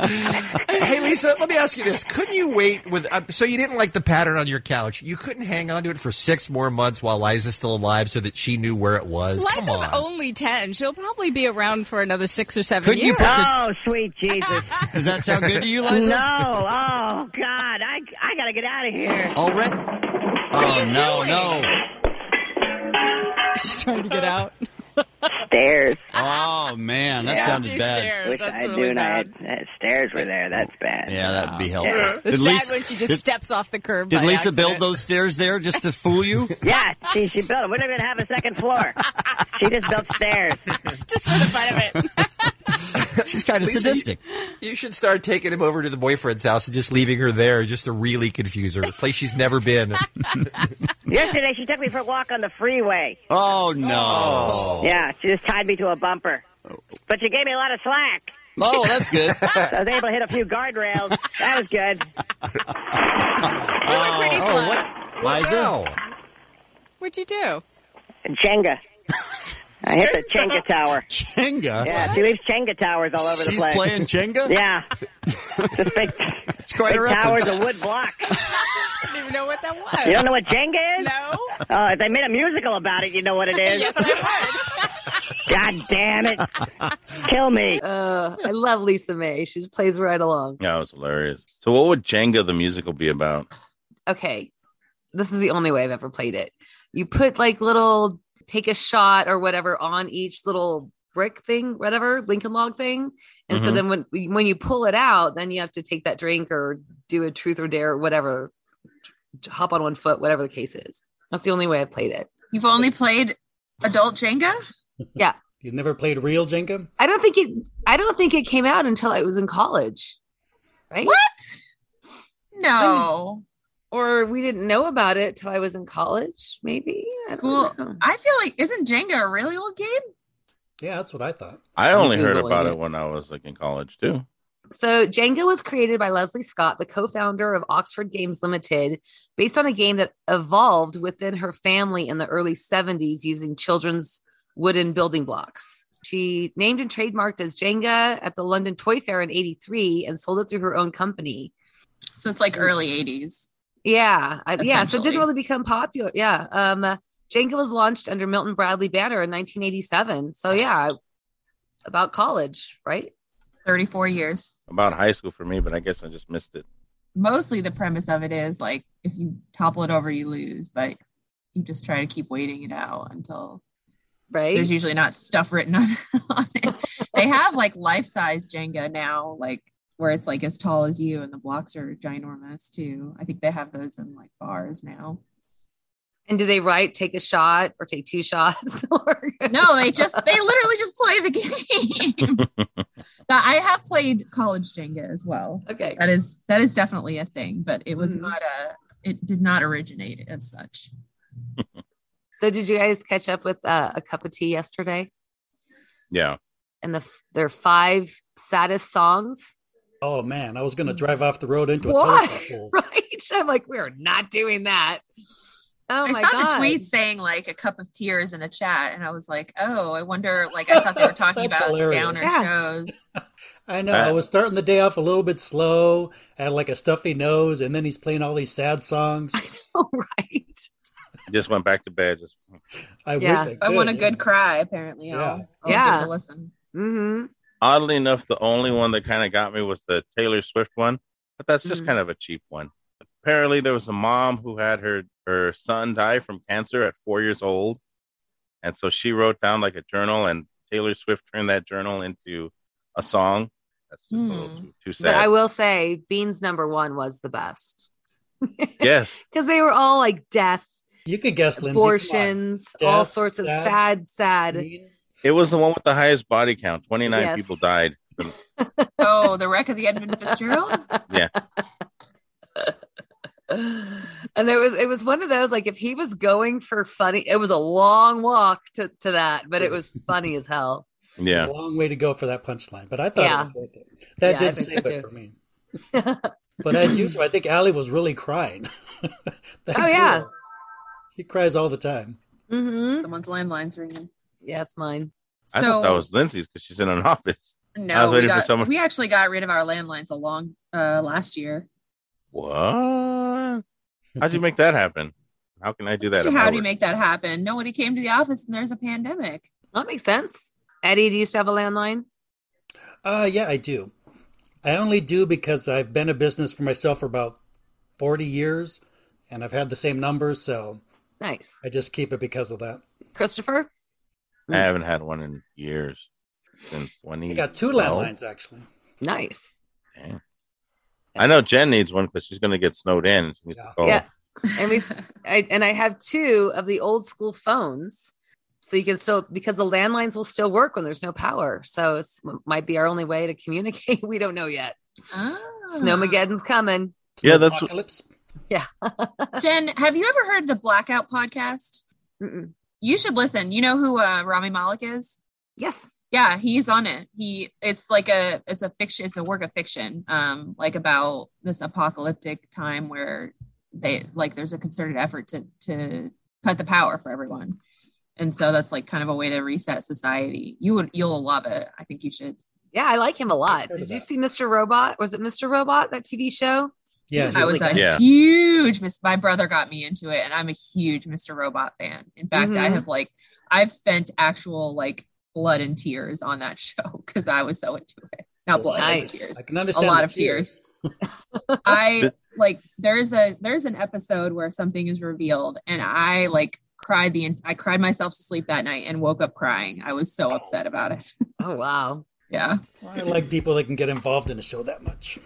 [SPEAKER 10] hey, Lisa, let me ask you this. Couldn't you wait with. Uh, so you didn't like the pattern on your couch. You couldn't hang on to it for six more months while Liza's still alive so that she knew where it was? Come
[SPEAKER 15] Liza's
[SPEAKER 10] on.
[SPEAKER 15] only ten. She'll probably be around for another six or 7
[SPEAKER 10] Couldn't you
[SPEAKER 15] years.
[SPEAKER 10] put this- Oh,
[SPEAKER 17] sweet Jesus.
[SPEAKER 8] Does that sound good to you,
[SPEAKER 17] No.
[SPEAKER 8] Liza?
[SPEAKER 17] Oh God, I I gotta get out of here.
[SPEAKER 8] Already? Oh, no, no.
[SPEAKER 15] She's trying to get out.
[SPEAKER 17] Stairs.
[SPEAKER 8] Oh, man. That
[SPEAKER 17] Yeah.
[SPEAKER 8] sounded bad.
[SPEAKER 17] Wish I had known I had- that stairs were there. That's bad.
[SPEAKER 8] Yeah, that would be helpful.
[SPEAKER 17] Yeah.
[SPEAKER 15] It's
[SPEAKER 8] Did
[SPEAKER 15] sad
[SPEAKER 8] Lisa,
[SPEAKER 15] when she just
[SPEAKER 8] did,
[SPEAKER 15] steps off the curb.
[SPEAKER 8] did
[SPEAKER 15] by
[SPEAKER 8] Lisa
[SPEAKER 15] accident.
[SPEAKER 8] build those stairs there just to fool you?
[SPEAKER 17] Yeah, she she built. We don't even have a second floor. she just built stairs.
[SPEAKER 15] Just for the fun of it.
[SPEAKER 8] She's kind
[SPEAKER 10] of sadistic. You, should start taking him over to the boyfriend's house and just leaving her there just to really confuse her. A place she's never been.
[SPEAKER 17] Yesterday, she took me for a walk on the freeway.
[SPEAKER 8] Oh,
[SPEAKER 10] Oh.
[SPEAKER 8] no.
[SPEAKER 17] Yeah, she just tied me to a bumper. But she gave me a lot of slack.
[SPEAKER 8] Oh, that's good.
[SPEAKER 17] I was able to hit a few guardrails. That was good.
[SPEAKER 8] Oh,
[SPEAKER 17] pretty
[SPEAKER 8] oh,
[SPEAKER 17] slow.
[SPEAKER 8] what?
[SPEAKER 17] What
[SPEAKER 8] Liza?
[SPEAKER 17] now?
[SPEAKER 15] What'd you do?
[SPEAKER 17] Chenga. I hit the Chenga Tower.
[SPEAKER 8] Chenga?
[SPEAKER 17] Yeah, she leaves Chenga towers all over
[SPEAKER 8] She's
[SPEAKER 17] the place.
[SPEAKER 8] playing Jenga?
[SPEAKER 17] Yeah. It's a big,
[SPEAKER 8] quite
[SPEAKER 17] big
[SPEAKER 8] a reference.
[SPEAKER 17] towers of wood block.
[SPEAKER 15] I don't even know what that was.
[SPEAKER 17] You don't know what Jenga is?
[SPEAKER 15] No.
[SPEAKER 17] Oh, if they made a musical about it, you know what it is.
[SPEAKER 15] Yes,
[SPEAKER 17] God damn it. Kill me.
[SPEAKER 3] Uh, I love Lisa May. She plays right along.
[SPEAKER 1] Yeah, it was hilarious. So, what would Jenga the musical be about?
[SPEAKER 3] okay, this is the only way I've ever played it. You put like little take a shot or whatever on each little brick thing, whatever Lincoln log thing, and so
[SPEAKER 12] Mhm.
[SPEAKER 3] then when when you pull it out, then you have to take that drink or do a truth or dare, or whatever, hop on one foot, whatever the case is. That's the only way I played it.
[SPEAKER 2] You've only played adult Jenga?
[SPEAKER 3] Yeah,
[SPEAKER 9] You've never played real Jenga?
[SPEAKER 3] I don't think it. I don't think it came out until I was in college, right? What?
[SPEAKER 2] No.
[SPEAKER 3] Or we didn't know about it till I was in college, maybe. I don't
[SPEAKER 2] Well,
[SPEAKER 3] know.
[SPEAKER 2] I feel like isn't Jenga a really old game?
[SPEAKER 9] Yeah, that's what I thought.
[SPEAKER 1] I
[SPEAKER 9] I'm
[SPEAKER 1] only heard
[SPEAKER 9] Googling
[SPEAKER 1] about
[SPEAKER 9] it.
[SPEAKER 1] it when I was like in college too.
[SPEAKER 3] So Jenga was created by Leslie Scott, the co-founder of Oxford Games Limited, based on a game that evolved within her family in the early 70s using children's wooden building blocks. She named and trademarked as Jenga at the London Toy Fair in 83 and sold it through her own company.
[SPEAKER 2] So it's like early 80s.
[SPEAKER 3] Yeah. I- yeah. So it
[SPEAKER 2] Essentially.
[SPEAKER 3] didn't really become popular. Yeah. Um, uh, Jenga was launched under Milton Bradley banner in 1987. So yeah, about college, right?
[SPEAKER 2] 34 years.
[SPEAKER 1] About high school for me, but I guess I just missed it.
[SPEAKER 2] Mostly the premise of it is like if you topple it over, you lose, but you just try to keep waiting it out until
[SPEAKER 3] right.
[SPEAKER 2] There's usually not stuff written on, on it. They have like life size Jenga now, like where it's like as tall as you and the blocks are ginormous too. I think they have those in like bars now.
[SPEAKER 3] And do they write take a shot or take two shots? Or
[SPEAKER 2] No, they just they literally just play the game. Now, I have played college Jenga as well.
[SPEAKER 3] Okay.
[SPEAKER 2] That is that is definitely a thing, but it was
[SPEAKER 3] Mhm.
[SPEAKER 2] not a it did not originate as such.
[SPEAKER 3] So did you guys catch up with uh, a cup of tea yesterday
[SPEAKER 1] Yeah.
[SPEAKER 3] and the f- their five saddest songs?
[SPEAKER 9] Oh man, I was gonna drive off the road into a
[SPEAKER 3] Mm. Why?
[SPEAKER 9] telephone pole.
[SPEAKER 3] Right? I'm like, we're not doing that. Oh
[SPEAKER 2] I
[SPEAKER 3] my
[SPEAKER 2] saw
[SPEAKER 3] God.
[SPEAKER 2] the tweet saying like a cup of tears in a chat, and I was like, oh, I wonder. Like I thought they were talking
[SPEAKER 9] That's
[SPEAKER 2] about
[SPEAKER 9] hilarious.
[SPEAKER 2] downer
[SPEAKER 9] Yeah.
[SPEAKER 2] shows.
[SPEAKER 9] I know.
[SPEAKER 7] Uh,
[SPEAKER 9] I was starting the day off a little bit slow. I had like a stuffy nose, and then he's playing all these sad songs.
[SPEAKER 1] Just went back to bed. Just
[SPEAKER 9] I
[SPEAKER 2] yeah,
[SPEAKER 9] wish
[SPEAKER 2] I
[SPEAKER 9] I
[SPEAKER 2] want a
[SPEAKER 9] could.
[SPEAKER 2] good cry. Apparently, I'll, I'll
[SPEAKER 3] Yeah.
[SPEAKER 2] give it a listen.
[SPEAKER 3] Mm-hmm.
[SPEAKER 1] oddly enough, the only one that kind of got me was the Taylor Swift one, but that's just
[SPEAKER 2] Mhm.
[SPEAKER 1] kind of a cheap one. Apparently, there was a mom who had her her son die from cancer at four years old, and so she wrote down like a journal, and Taylor Swift turned that journal into a song. That's just a
[SPEAKER 2] Hmm.
[SPEAKER 1] little
[SPEAKER 2] Mm-hmm.
[SPEAKER 1] too, too
[SPEAKER 3] But I
[SPEAKER 1] sad.
[SPEAKER 3] will say Beans number one was the best
[SPEAKER 1] yes,
[SPEAKER 3] because they were all like death,
[SPEAKER 9] You could guess, Lindsay. Come on.
[SPEAKER 3] abortions,
[SPEAKER 9] Death,
[SPEAKER 3] all sorts of sad,
[SPEAKER 9] sad,
[SPEAKER 3] sad.
[SPEAKER 1] it was the one with the highest body count. Twenty nine
[SPEAKER 3] Yes.
[SPEAKER 1] people died.
[SPEAKER 2] Oh, the wreck of the Edmund Fitzgerald.
[SPEAKER 1] Yeah,
[SPEAKER 3] And there was it was one of those like if he was going for funny, it was a long walk to, to that, but it was funny as hell.
[SPEAKER 1] yeah.
[SPEAKER 9] It's a long way to go for that punchline, but I thought
[SPEAKER 3] Yeah.
[SPEAKER 9] it was worth it. That
[SPEAKER 3] Yeah, I
[SPEAKER 9] did
[SPEAKER 3] think
[SPEAKER 9] save
[SPEAKER 3] so
[SPEAKER 9] it
[SPEAKER 3] too.
[SPEAKER 9] for me. But as usual, I think Allie was really crying. That
[SPEAKER 3] Oh, yeah.
[SPEAKER 9] girl, she cries all the time.
[SPEAKER 3] Mm-hmm.
[SPEAKER 2] Someone's landline's ringing.
[SPEAKER 3] Yeah, it's mine.
[SPEAKER 1] I thought that was Lindsay's because she's in an office. I
[SPEAKER 2] No,
[SPEAKER 1] was
[SPEAKER 2] we,
[SPEAKER 1] waiting for
[SPEAKER 2] got,
[SPEAKER 1] someone.
[SPEAKER 2] we actually got rid of our landlines a long uh, last year.
[SPEAKER 1] What? How'd you make that happen? How can I do that? at my
[SPEAKER 2] How do you
[SPEAKER 1] work?
[SPEAKER 2] make that happen? Nobody came to the office, and there's a pandemic.
[SPEAKER 3] That makes sense. Eddie, do you still have a landline?
[SPEAKER 9] Uh, yeah, I do. I only do because I've been a business for myself for about 40 years and I've had the same numbers, so
[SPEAKER 3] Nice.
[SPEAKER 9] I just keep it because of that.
[SPEAKER 3] Christopher?
[SPEAKER 1] I haven't had one in years. Since 20.
[SPEAKER 9] I got two landlines actually.
[SPEAKER 3] Nice.
[SPEAKER 1] I know Jen needs one because she's going to get snowed in. She needs to call.
[SPEAKER 3] Yeah. And we s- I and I have two of the old school phones. So you can still because the landlines will still work when there's no power. So it's might be our only way to communicate. We don't know yet.
[SPEAKER 2] Ah.
[SPEAKER 3] Snowmageddon's coming.
[SPEAKER 1] Yeah, that's-
[SPEAKER 3] Yeah.
[SPEAKER 2] Jen, have you ever heard the Blackout podcast? You should listen. You know who uh, Rami Malek is?
[SPEAKER 3] Yes.
[SPEAKER 2] Yeah, he's on it. He it's like a it's a fiction it's a work of fiction um like about this apocalyptic time where they like there's a concerted effort to to cut the power for everyone. And so that's like kind of a way to reset society. You would you'll love it. I think you should.
[SPEAKER 3] Yeah, I like him a lot.
[SPEAKER 2] heard of
[SPEAKER 3] Did you
[SPEAKER 2] that.
[SPEAKER 3] see Mr. Robot? Was it Mr. Robot that TV show?
[SPEAKER 9] Yeah.
[SPEAKER 2] I was a
[SPEAKER 9] Yeah.
[SPEAKER 2] huge Miss. My brother got me into it, and I'm a huge Mr. Robot fan. In fact, I
[SPEAKER 3] Mm-hmm.
[SPEAKER 12] Mhm.
[SPEAKER 2] have like I've spent actual like blood and tears on that show because I was so into it. Not blood, it was
[SPEAKER 9] Nice.
[SPEAKER 2] tears.
[SPEAKER 9] I can understand
[SPEAKER 2] a lot
[SPEAKER 9] the
[SPEAKER 2] of tears. I like there's a there's an episode where something is revealed, and I like cried the en- I cried myself to sleep that night and woke up crying. I was so upset about it.
[SPEAKER 3] Oh wow.
[SPEAKER 2] Yeah.
[SPEAKER 9] I like people that can get involved in a show that much.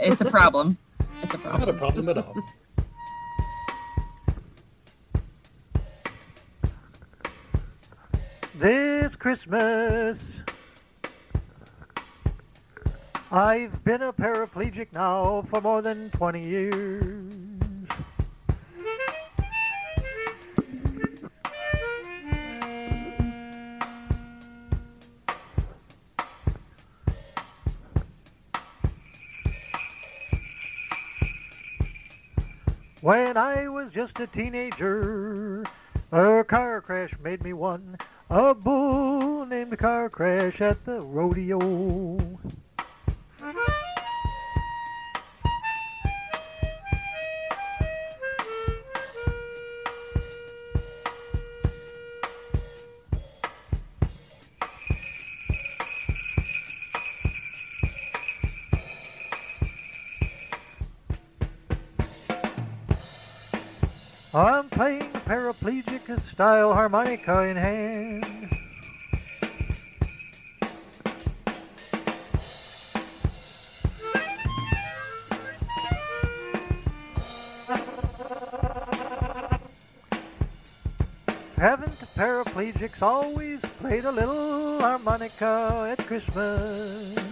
[SPEAKER 2] It's a problem. It's a problem.
[SPEAKER 9] Not a problem at all.
[SPEAKER 18] This Christmas, I've been a paraplegic now for more than 20 years. When I was just a teenager, a car crash made me one. A bull named Car Crash at the rodeo. I'm playing paraplegic style harmonica in hand. Haven't paraplegics always played a little harmonica at Christmas?